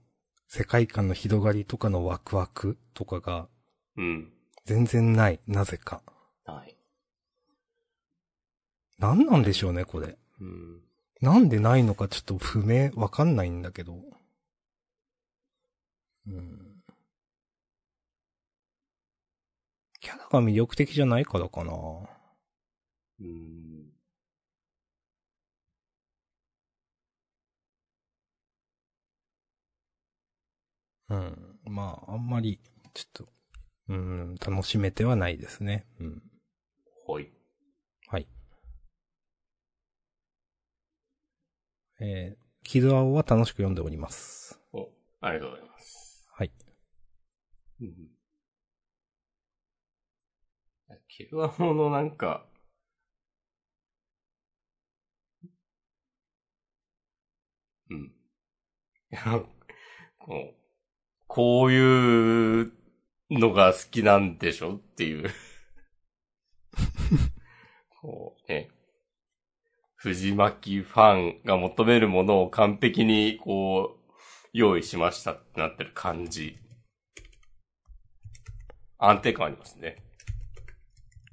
Speaker 2: 世界観の広がりとかのワクワクとかが
Speaker 1: うん。
Speaker 2: 全然ない。なぜか。
Speaker 1: はい。
Speaker 2: 何なんでしょうね、これ。
Speaker 1: うん。
Speaker 2: なんでないのかちょっと不明、わかんないんだけど。うん。キャラが魅力的じゃないからかな。
Speaker 1: うん。
Speaker 2: うん。まあ、あんまり、ちょっと、うん、楽しめてはないですね。うん。
Speaker 1: はい。
Speaker 2: はい。えー、キルアオは楽しく読んでおります。
Speaker 1: お、ありがとうございます。
Speaker 2: はい。
Speaker 1: うん。キルアモのなんか、うん。いやこう、こういうのが好きなんでしょって
Speaker 2: <laughs>
Speaker 1: いう。こう、ね。藤巻ファンが求めるものを完璧に、こう、用意しましたってなってる感じ。安定感ありますね。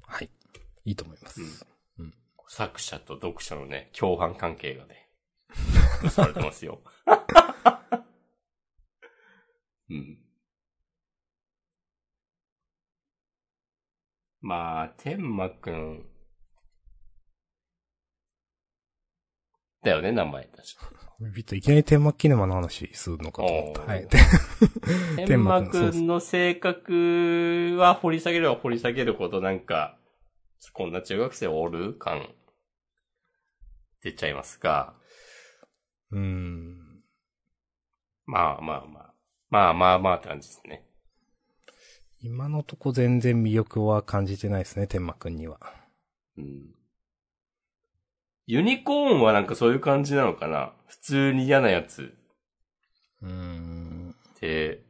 Speaker 2: はい。いいと思います。
Speaker 1: 作者と読者のね、共犯関係がね、結ばれてますよ。 <laughs> うん。まあ、天馬くん。だよね、名前確か。
Speaker 2: ビットいきなり天幕キネマの話するのかと思った。
Speaker 1: おー
Speaker 2: <laughs> はい。
Speaker 1: 天
Speaker 2: 天馬
Speaker 1: 馬
Speaker 2: くんそう
Speaker 1: く
Speaker 2: そうん
Speaker 1: の性格は掘り下げれば掘り下げるほどなんか、こんな中学生おる感出ちゃいますが。
Speaker 2: うん。
Speaker 1: まあまあまあ。まあまあまあって感じですね。
Speaker 2: 今のとこ全然魅力は感じてないですね、天幕くんには。
Speaker 1: うん。ユニコーンはなんかそういう感じなのかな普通に嫌なやつ
Speaker 2: うん。
Speaker 1: で、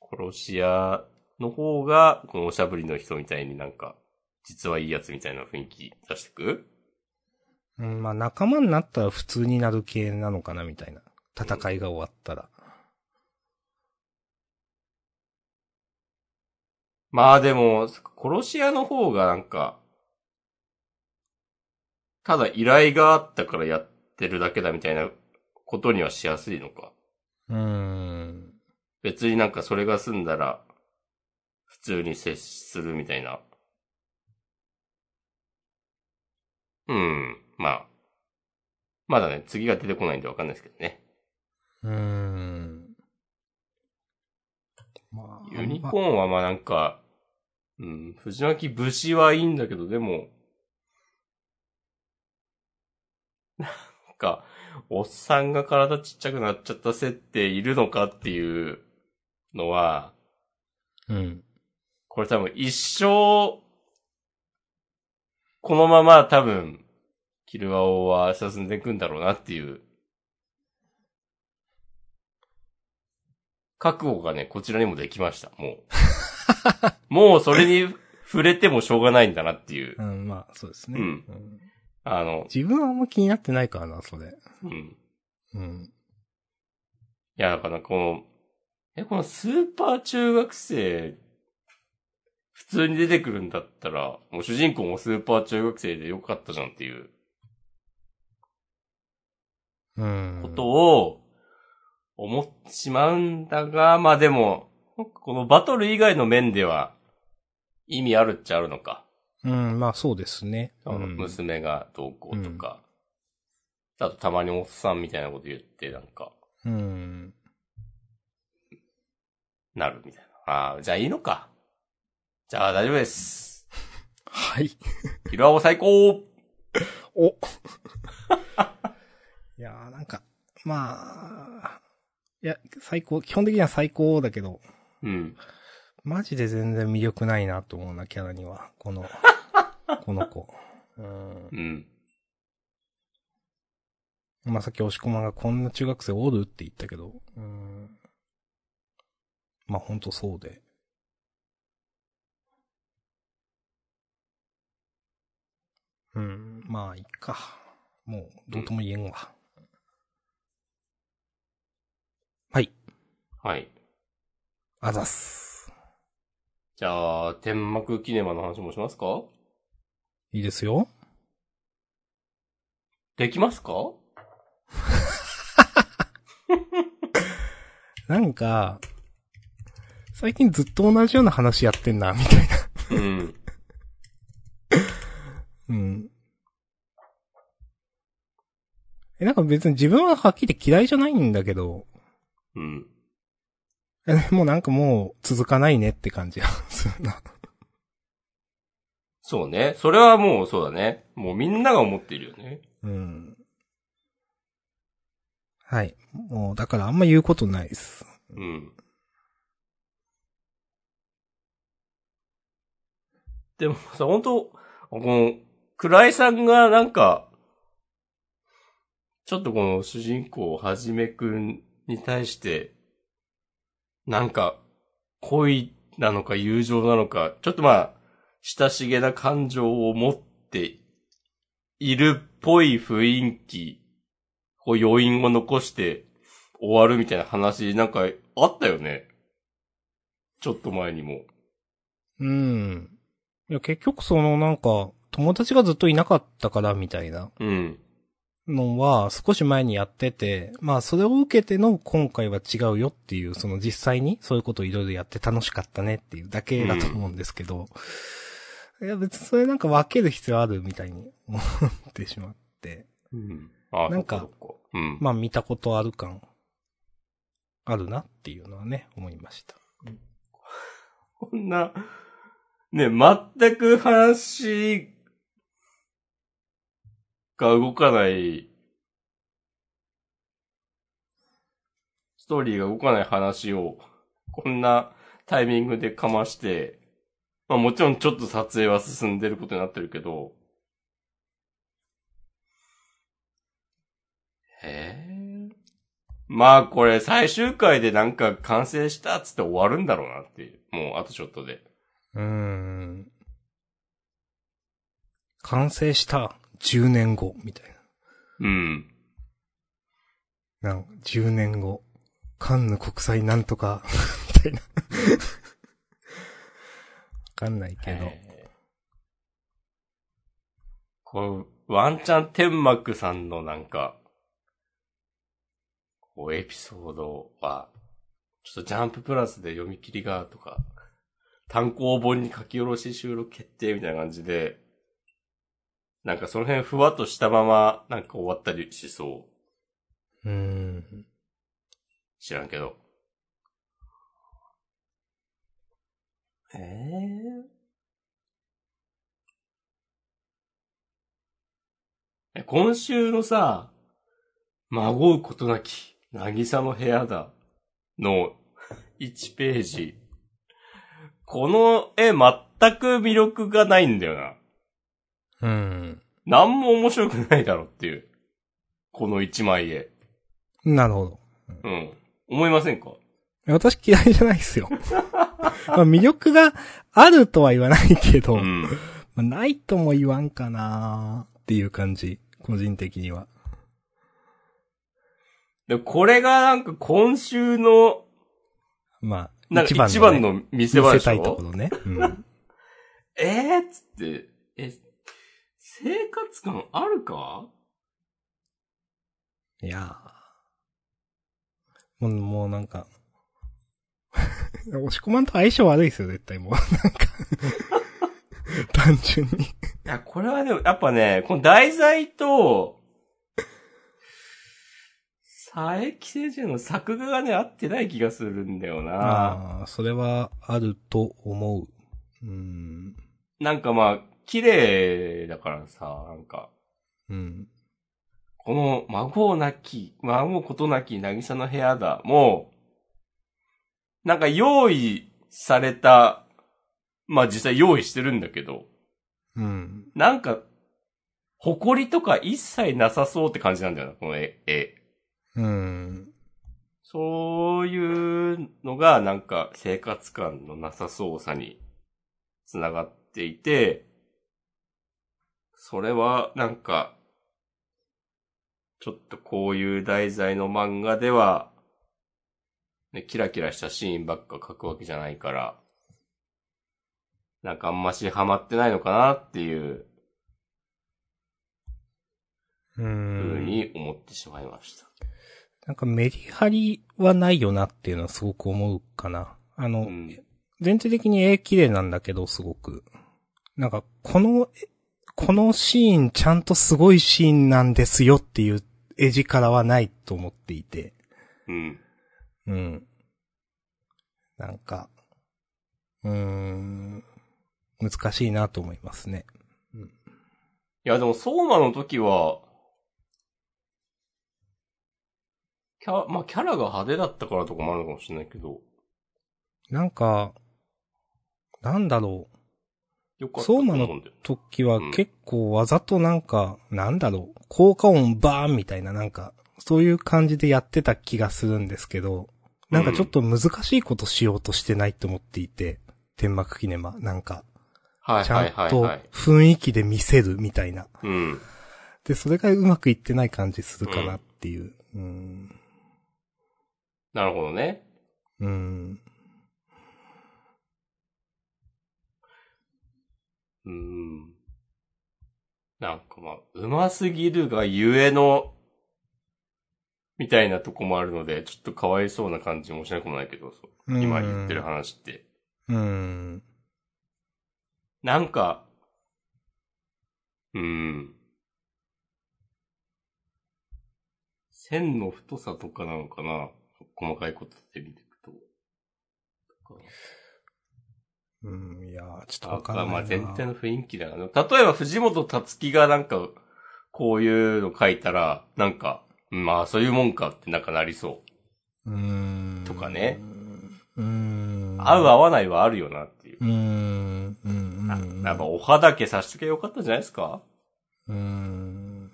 Speaker 1: 殺し屋の方が、このおしゃぶりの人みたいになんか、実はいいやつみたいな雰囲気出してく
Speaker 2: うん、まあ仲間になったら普通になる系なのかな、みたいな。戦いが終わったら。
Speaker 1: まあでも、殺し屋の方がなんか、ただ依頼があったからやってるだけだみたいなことにはしやすいのか。
Speaker 2: うん。
Speaker 1: 別になんかそれが済んだら、普通に接するみたいな。うん、まあ。まだね、次が出てこないんでわかんないですけどね。
Speaker 2: うん。まあ、
Speaker 1: ユニ
Speaker 2: あんま
Speaker 1: コーンはまあなんか、うん、藤巻武士はいいんだけど、でも、 <laughs> なんか、おっさんが体ちっちゃくなっちゃった設定いるのかっていうのは、
Speaker 2: うん。
Speaker 1: これ多分一生、このまま多分、キルアオは進んでいくんだろうなっていう、覚悟がね、こちらにもできました、もう。もうそれに触れてもしょうがないんだなっていう
Speaker 2: う。ん、まあ、そうですね、
Speaker 1: うん
Speaker 2: ん
Speaker 1: あの、
Speaker 2: 自分はあんま気になってないからな、それ。
Speaker 1: うん。
Speaker 2: うん。
Speaker 1: いや、だからこの、え、このスーパー中学生、普通に出てくるんだったら、もう主人公もスーパー中学生でよかったじゃんっていう
Speaker 2: うん。
Speaker 1: ことを、思ってしまうんだが、まあでも、このバトル以外の面では、意味あるっちゃあるのか。
Speaker 2: うん、まあそうですね。
Speaker 1: あの
Speaker 2: うん
Speaker 1: 娘がどうこうとか、あとたまにおっさんみたいなこと言って、なんか、
Speaker 2: うん。
Speaker 1: なるみたいな。ああ、じゃあいいのか。じゃあ大丈夫です。
Speaker 2: はい。
Speaker 1: ヒロアオ最高
Speaker 2: お <laughs> いやーなんか、まあ、いや、最高、基本的には最高だけど、
Speaker 1: うん。
Speaker 2: マジで全然魅力ないなと思うな、キャラには。
Speaker 1: <laughs>
Speaker 2: この、この子。うん
Speaker 1: う。ん。
Speaker 2: まあ、さっき押し込まんがこんな中学生おるって言ったけど、うん。まあ、ほんとそうで。うん、まあ、いっか。もう、どうとも言えんわ。はい、
Speaker 1: はい。
Speaker 2: あざっす。
Speaker 1: じゃあ、天幕キネマの話もしますか
Speaker 2: いいですよ。
Speaker 1: できますか
Speaker 2: なんか、最近ずっと同じような話やってんな、みたいな。
Speaker 1: うん。
Speaker 2: うん。え、なんか別に自分ははっきり言って嫌いじゃないんだけど、
Speaker 1: うん。
Speaker 2: えもうなんかもう続かないねって感じがするな。
Speaker 1: そうね。それはもうそうだね。もうみんなが思っているよね。
Speaker 2: <laughs> うん。はい。もう、だからあんま言うことないです。
Speaker 1: うん。でもさ、本当この、倉井さんがなんか、ちょっとこの主人公はじめくんに対して、なんか、恋なのか友情なのか、ちょっとまあ、親しげな感情を持っているっぽい雰囲気、こう余韻を残して終わるみたいな話、なんかあったよね。ちょっと前にも。
Speaker 2: うん。いや、結局そのなんか、友達がずっといなかったからみたいな
Speaker 1: うん。
Speaker 2: のは少し前にやってて、まあそれを受けての今回は違うよっていう、その実際にそういうことをいろいろやって楽しかったねっていうだけだと思うんですけど、いや別にそれなんか分ける必要あるみたいに思ってしまって、
Speaker 1: うん。ああ、
Speaker 2: なんか
Speaker 1: そっそっかうん。
Speaker 2: まあ見たことある感、あるなっていうのはね、思いました。
Speaker 1: こんな、ね、全く話が動かない、ストーリーが動かない話を、こんなタイミングでかまして、まあもちろんちょっと撮影は進んでることになってるけど、へえ。まあこれ最終回でなんか完成したっつって終わるんだろうなっていう。もうあとちょっとで。
Speaker 2: うーん。完成した10年後、みたい
Speaker 1: うん。
Speaker 2: な。なん10年後。カンヌ国際なんと <laughs> か、みたいな。わかんないけど。
Speaker 1: えーこれ、ワンチャン天幕さんのなんか、こうエピソードは、ちょっとジャンププラスで読み切りがとか、単行本に書き下ろし収録決定みたいな感じで、なんかその辺ふわっとしたままなんか終わったりしそう。
Speaker 2: うーん。
Speaker 1: 知らんけど。えええ、今週のさ、まごうことなき、なぎさの部屋だ、の1ページ。この絵全く魅力がないんだよな。
Speaker 2: うん。
Speaker 1: なんも面白くないだろっていう。この1枚絵。
Speaker 2: なるほど。
Speaker 1: うん。思いませんか
Speaker 2: いや私嫌いじゃないですよ。 <laughs> まあ魅力があるとは言わないけど、
Speaker 1: うん。
Speaker 2: まあないとも言わんかなーっていう感じ。個人的には。
Speaker 1: で、これがなんか今週の、
Speaker 2: まあ、
Speaker 1: なんか一番の見せ場で
Speaker 2: 見せ
Speaker 1: した
Speaker 2: いとこ
Speaker 1: ょ
Speaker 2: ろね。うん。
Speaker 1: えーっつって、え、生活感あるか
Speaker 2: いやーもう、もうなんか、 <laughs> 押し込まんと相性悪いですよ、絶対もう。なんか、単純に。
Speaker 1: いや、これはでも、やっぱね、この題材と、佐伯先生の作画がね、合ってない気がするんだよな。
Speaker 2: ああ、それはあると思う。うん。
Speaker 1: なんかまあ、綺麗だからさ、なんか、
Speaker 2: うん。
Speaker 1: この、孫なき、孫ことなき渚の部屋だ。もう、なんか用意された、まあ実際用意してるんだけど、
Speaker 2: うん。
Speaker 1: なんか、誇りとか一切なさそうって感じなんだよな、この絵。絵
Speaker 2: うん。
Speaker 1: そういうのがなんか生活感のなさそうさにつながっていて、それはなんか、ちょっとこういう題材の漫画では、ね、キラキラしたシーンばっか描くわけじゃないから、なんかあんましハマってないのかなっていう
Speaker 2: う
Speaker 1: 風
Speaker 2: ん。
Speaker 1: に思ってしまいました。
Speaker 2: なんかメリハリはないよなっていうのはすごく思うかな。あの、
Speaker 1: うん
Speaker 2: 全体的に絵綺麗なんだけど、すごく。なんか、この、えこのシーンちゃんとすごいシーンなんですよっていう絵力はないと思っていて。
Speaker 1: うん。
Speaker 2: うん。なんか、うーん、難しいなと思いますね。
Speaker 1: いや、でも、相馬の時は、キャ、まあ、キャラが派手だったからとかもあるのかもしれないけど、
Speaker 2: なんか、なんだろう。
Speaker 1: よかったと思うんだよ。
Speaker 2: 時は
Speaker 1: うん
Speaker 2: 結構わざとなんか、なんだろう。効果音バーンみたいななんか、そういう感じでやってた気がするんですけど、なんかちょっと難しいことしようとしてないと思っていて、天幕キネマ、なんか、
Speaker 1: はい
Speaker 2: ちゃ
Speaker 1: はい
Speaker 2: ん
Speaker 1: はい
Speaker 2: と
Speaker 1: はい。
Speaker 2: 雰囲気で見せるみたいな。
Speaker 1: うん。
Speaker 2: で、それがうまくいってない感じするかなっていう。うん。
Speaker 1: なるほどね。
Speaker 2: うん。
Speaker 1: うん。なんかまあ、うますぎるがゆえの、みたいなとこもあるので、ちょっとかわいそうな感じもしなくもないけど、そう今言ってる話って。
Speaker 2: うん。
Speaker 1: なんか、うん。線の太さとかなのかな細かいことって見ていくと。とか
Speaker 2: うん。いやー、ちょっと
Speaker 1: あ
Speaker 2: わ
Speaker 1: と
Speaker 2: かんな
Speaker 1: はい
Speaker 2: な。
Speaker 1: まあ全体の雰囲気だな。例えば藤本たつきがなんか、こういうの書いたら、なんか、うんまあそういうもんかってなんかなりそう。
Speaker 2: うん。
Speaker 1: とかね。
Speaker 2: うん。
Speaker 1: 合う合わないはあるよなっていう。
Speaker 2: うーん。うん。うん。
Speaker 1: な
Speaker 2: うん
Speaker 1: やっぱお肌だけ差し付けよかったんじゃないですか
Speaker 2: うーん。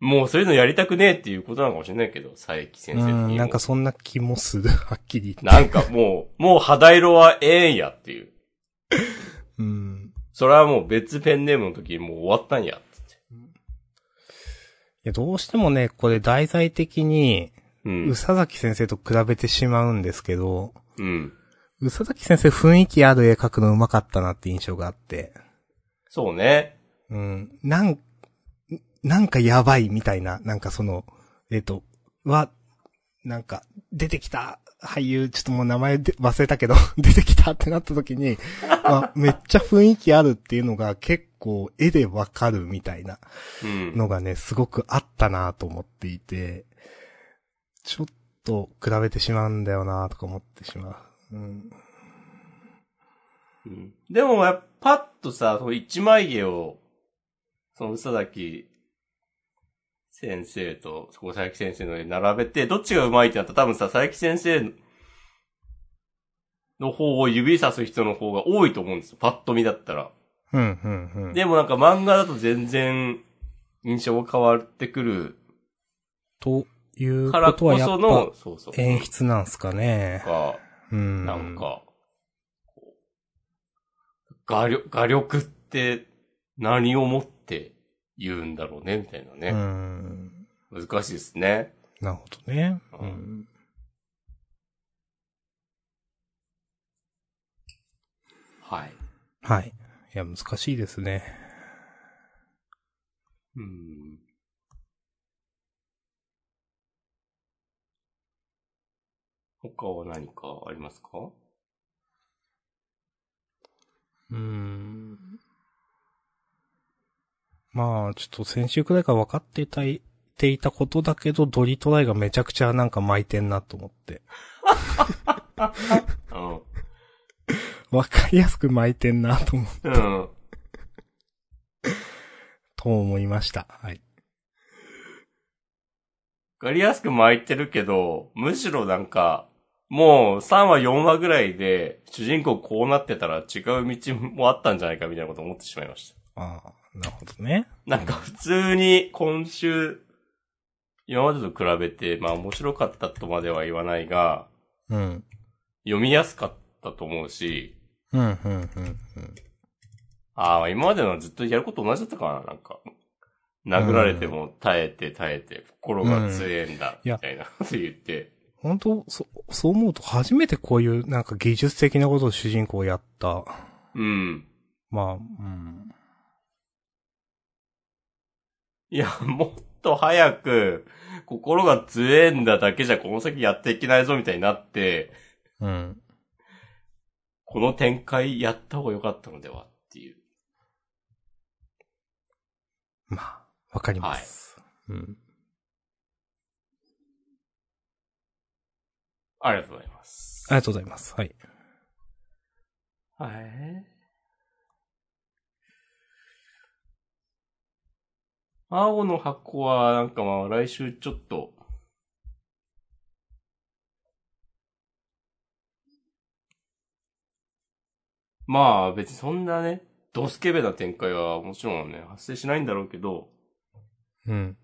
Speaker 1: もうそういうのやりたくねえっていうことなのかもしれないけど、佐伯先生的に
Speaker 2: う
Speaker 1: も
Speaker 2: ん。なんかそんな気もする。はっきり言って。
Speaker 1: なんかもう、 <laughs> もう肌色はええんやっていう。
Speaker 2: うん。
Speaker 1: それはもう別ペンネームの時にもう終わったんやっつって。
Speaker 2: いや、どうしてもね、これ題材的に、
Speaker 1: うん
Speaker 2: 宇。佐崎先生と比べてしまうんですけど、
Speaker 1: うん。
Speaker 2: 宇佐崎先生雰囲気ある絵描くの上手かったなって印象があって、
Speaker 1: そうね。
Speaker 2: うん。なん、なんかやばいみたいな、なんかその、えっ、と、は、なんか、出てきた俳優、ちょっともう名前で忘れたけど、 <laughs> 出てきたってなった時に、あめっちゃ雰囲気あるっていうのが結構絵でわかるみたいな
Speaker 1: うん。
Speaker 2: のがね、すごくあったなと思っていて、ちょっと比べてしまうんだよなとか思ってしまう。うん。
Speaker 1: うんでもやっぱ、パッとさ、その一枚絵を、その宇佐崎先生と、そこ佐伯先生の絵並べて、どっちが上手いってなったら多分さ、佐伯先生の方を指さす人の方が多いと思うんですよ。パッと見だったら。
Speaker 2: うん、うん、うん。
Speaker 1: でもなんか漫画だと全然印象が変わってくる
Speaker 2: という
Speaker 1: から
Speaker 2: ことは
Speaker 1: こ
Speaker 2: や
Speaker 1: そ
Speaker 2: っ
Speaker 1: の
Speaker 2: ぱ、
Speaker 1: そうそう。
Speaker 2: 演出なんすかね。
Speaker 1: か、
Speaker 2: うん。
Speaker 1: なんか、こう画力、画力って何をもって言うんだろうね、みたいな
Speaker 2: う
Speaker 1: ね。
Speaker 2: ん。
Speaker 1: 難しいですね。
Speaker 2: なるほどね。
Speaker 1: うはい。
Speaker 2: はい。いや、難しいですね。
Speaker 1: うん。他は何かありますか
Speaker 2: うん。まあ、ちょっと先週くらいから分かっていたい、ていたことだけど、ドリトライがめちゃくちゃなんか巻いてんなと思って。
Speaker 1: うん。
Speaker 2: わかりやすく巻いてんなと思、
Speaker 1: うん。
Speaker 2: と思いました。はい。
Speaker 1: わかりやすく巻いてるけど、むしろなんか、もう3話4話ぐらいで、主人公こうなってたら違う道もあったんじゃないかみたいなこと思ってしまいました。
Speaker 2: ああ、なるほどね。
Speaker 1: なんか普通に今週、今までと比べて、まあ面白かったとまでは言わないが、
Speaker 2: うん。
Speaker 1: 読みやすかったと思うし、
Speaker 2: うん、うん、うん、うん。
Speaker 1: ああ、今までのずっとやること同じだったかな、なんか。殴られても耐えて耐えて、心が強えんだ、
Speaker 2: うんい
Speaker 1: み
Speaker 2: や
Speaker 1: たいなこと言って。
Speaker 2: 本当そ、そう思うと初めてこういうなんか技術的なことを主人公やった。
Speaker 1: うん。
Speaker 2: まあ、うん。
Speaker 1: いや、もっと早く、心が強えんだだけじゃこの先やっていけないぞみたいになって、
Speaker 2: うん。
Speaker 1: この展開やった方が良かったのではっていう。
Speaker 2: まあ、わかります。うん。
Speaker 1: ありがとうございます。
Speaker 2: ありがとうございます。はい。
Speaker 1: はい。青の箱は、なんかまあ来週ちょっと、まあ別にそんなね、ドスケベな展開はもちろんね、発生しないんだろうけど、
Speaker 2: うん。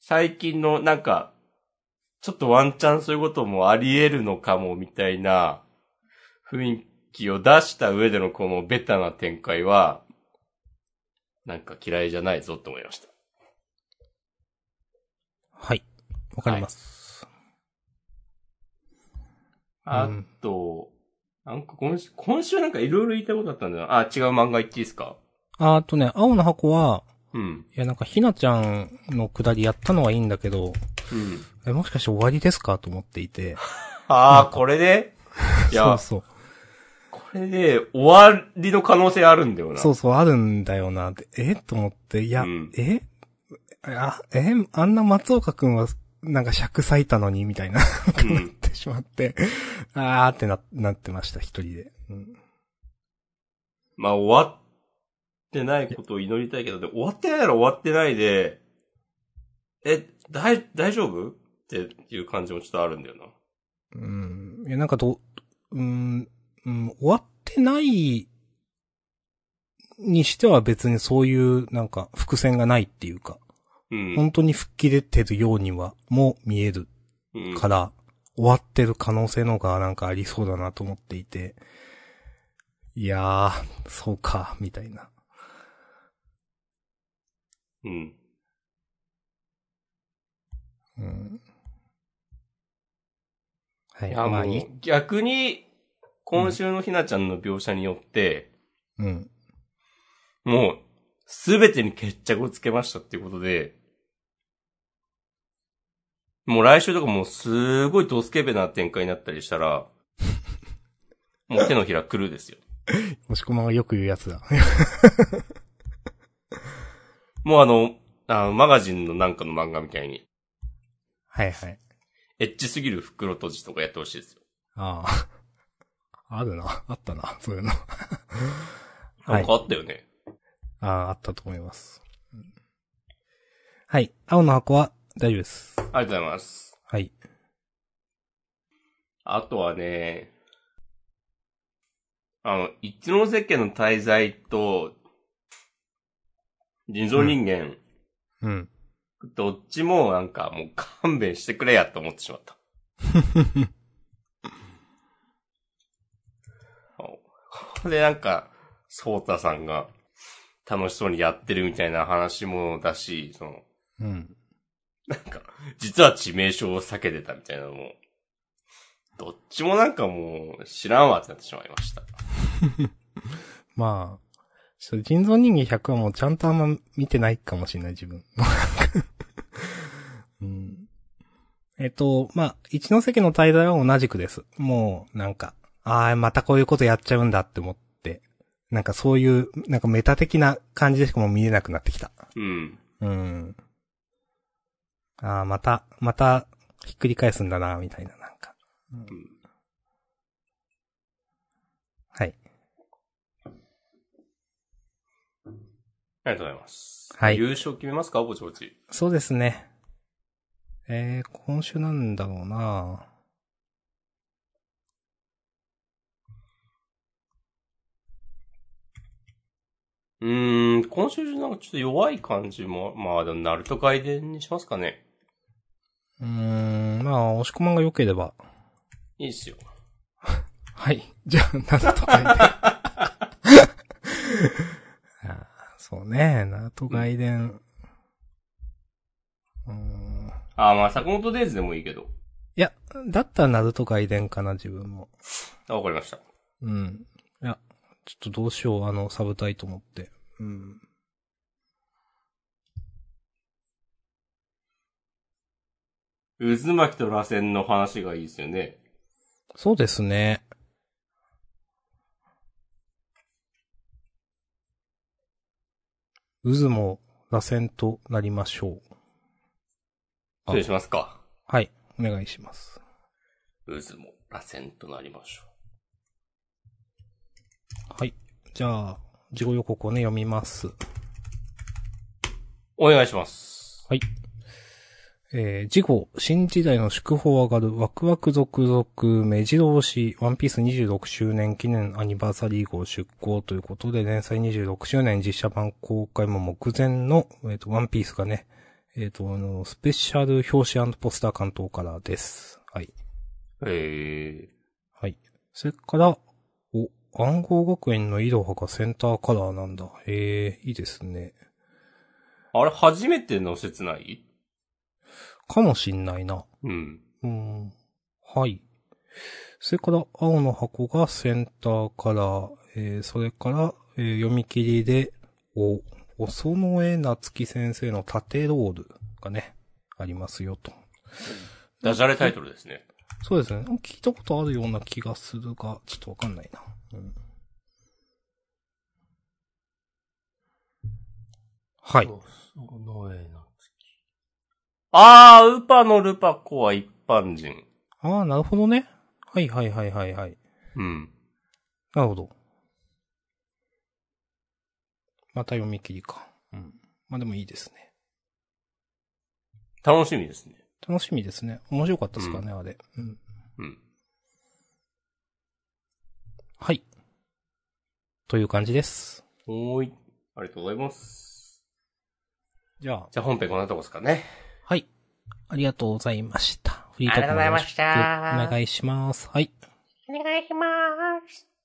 Speaker 1: 最近のなんか、ちょっとワンチャンそういうこともあり得るのかもみたいな雰囲気を出した上でのこのベタな展開は、なんか嫌いじゃないぞって思いました。
Speaker 2: はい。わかります。
Speaker 1: あ
Speaker 2: うん
Speaker 1: と、なんか今週、今週なんかいろいろ言いたいことあったんだよな。あ、違う漫画言っていいですか
Speaker 2: あとね、青の箱は、
Speaker 1: うん。
Speaker 2: いやなんかひなちゃんのくだりやったのはいいんだけど、
Speaker 1: うん。
Speaker 2: え、もしかして終わりですかと思っていて。
Speaker 1: ああ、これでいや、
Speaker 2: <laughs> そうそう。
Speaker 1: これで終わりの可能性あるんだよな。
Speaker 2: そうそう、あるんだよなって。えと思って、いや、
Speaker 1: うん
Speaker 2: えあ、えあんな松岡くんは、なんか尺割いたのに、みたいな、
Speaker 1: うん
Speaker 2: なってしまって、 <laughs> あーってな、なってました、一人で。うん
Speaker 1: まあ終わってないことを祈りたいけど、で終わってないなら終わってないで、え、だい、大丈夫っていう感じもちょっとあるんだよな。
Speaker 2: うん。いや、なんかど、うん、うん、終わってないにしては別にそういう、なんか、伏線がないっていうか、
Speaker 1: うん。
Speaker 2: 本当に吹っ切れてるようには、も見える
Speaker 1: うん
Speaker 2: から、終わってる可能性の方がなんかありそうだなと思っていて、いやー、そうか、みたいな。
Speaker 1: うん。
Speaker 2: うん。はいい、
Speaker 1: や、
Speaker 2: ま
Speaker 1: も。、
Speaker 2: あいいう
Speaker 1: 逆に、今週のひなちゃんの描写によって、
Speaker 2: うん。
Speaker 1: もう、すべてに決着をつけましたっていうことで、もう来週とかもうすごいドスケベな展開になったりした
Speaker 2: <laughs>
Speaker 1: ら、もう手のひら来るですよ。
Speaker 2: もしこまんがよく言うやつだ。 <laughs>
Speaker 1: もうあの、あのマガジンのなんかの漫画みたいに、
Speaker 2: はいはい。
Speaker 1: エッチすぎる袋閉じとかやってほしいですよ。
Speaker 2: ああ。 <laughs> あるな。あったな。そういうの。は。
Speaker 1: ないん
Speaker 2: あ
Speaker 1: かあったよね。
Speaker 2: あー、あったと思います。うんはい。青の箱は大丈夫です。
Speaker 1: ありがとうございます。
Speaker 2: はい。
Speaker 1: あとはね、あの、一ノ瀬家の滞在と、人造人間、
Speaker 2: うん。
Speaker 1: どっちもなんかもう勘弁してくれやと思ってしま
Speaker 2: <laughs>
Speaker 1: った。ここでなんか、ソータさんが楽しそうにやってるみたいな話もだし、その、
Speaker 2: うん。
Speaker 1: なんか、実は致命傷を避けてたみたいなのも、どっちもなんかもう知らんわってなってしまいました。
Speaker 2: まあ、ちょっと人造人間100はもうちゃんとあんま見てないかもしれない、自分。 <laughs> うん、えっと、まあ、一ノ関の滞在は同じくです。もう、なんか、ああ、またこういうことやっちゃうんだって思って、なんかそういう、なんかメタ的な感じでしかもう見えなくなってきた。
Speaker 1: うん。
Speaker 2: うん。ああ、また、また、ひっくり返すんだな、みたいな、なんか。
Speaker 1: ん
Speaker 2: はい。
Speaker 1: ありがとうございます。
Speaker 2: はい
Speaker 1: 優勝決めますかぼちぼち。
Speaker 2: そうですね。えー、今週なんだろうな
Speaker 1: うーん、今週中なんかちょっと弱い感じも、まあでも、ナルト外伝にしますかね。
Speaker 2: うーん、まあ、押し込まんが良ければ。
Speaker 1: いいっすよ。
Speaker 2: はい。じゃあ、ナルト外伝。 <laughs> あーそうね、ナルト外伝。うーん。
Speaker 1: ああ、まあ、坂本デイズでもいいけど。
Speaker 2: いや、だったらナルト外伝かな、自分も。
Speaker 1: あ、わかりました。
Speaker 2: うん。いや、ちょっとどうしよう、あの、サブタイと思って。うん。
Speaker 1: 渦巻きと螺旋の話がいいですよね。
Speaker 2: そうですね。渦も螺旋となりましょう。
Speaker 1: 失礼しますか。
Speaker 2: はい、お願いします。
Speaker 1: 渦も螺旋となりましょ
Speaker 2: はい。じゃあ、事後予告をね、読みます。
Speaker 1: う。お願いします。
Speaker 2: はい。えー、事後、新時代の祝報上がる、ワクワク続々、目白押し、ワンピース26周年記念アニバーサリー号出稿ということで、連載26周年実写版公開も目前の、えっ、と、ワンピースがね、えっ、と、あの、スペシャル表紙ポスター関東からです。はい。
Speaker 1: え
Speaker 2: はい。それから、お、暗号学園のイロハがセンターカラーなんだ。えー、いいですね。
Speaker 1: ー、あれ、初めての説ない
Speaker 2: かもしんないな。
Speaker 1: うん。
Speaker 2: うーん。はい。それから、青の箱がセンターカラー、えー、それから、えー読み切りで、お、おそのえなつき先生の縦ロールがね、ありますよと。
Speaker 1: ダジャレタイトルですね。
Speaker 2: そうですね。聞いたことあるような気がするが、ちょっとわかんないな。うんはい。
Speaker 1: あー、ウパのルパコは一般人。
Speaker 2: ああ、なるほどね。はいはいはいはいはい。
Speaker 1: うん。
Speaker 2: なるほど。また読み切りか。うん。まあでもいいですね。
Speaker 1: 楽しみですね。
Speaker 2: 楽しみですね。面白かったですからね、あれ。うん。
Speaker 1: うん。
Speaker 2: はい。という感じです。
Speaker 1: おーい。ありがとうございます。
Speaker 2: じゃあ、
Speaker 1: じゃあ本編こんなとこですかね。
Speaker 2: はい。ありがとうございました。フリ
Speaker 3: ありがとうございました
Speaker 2: お願いします。はい。
Speaker 3: お願いします。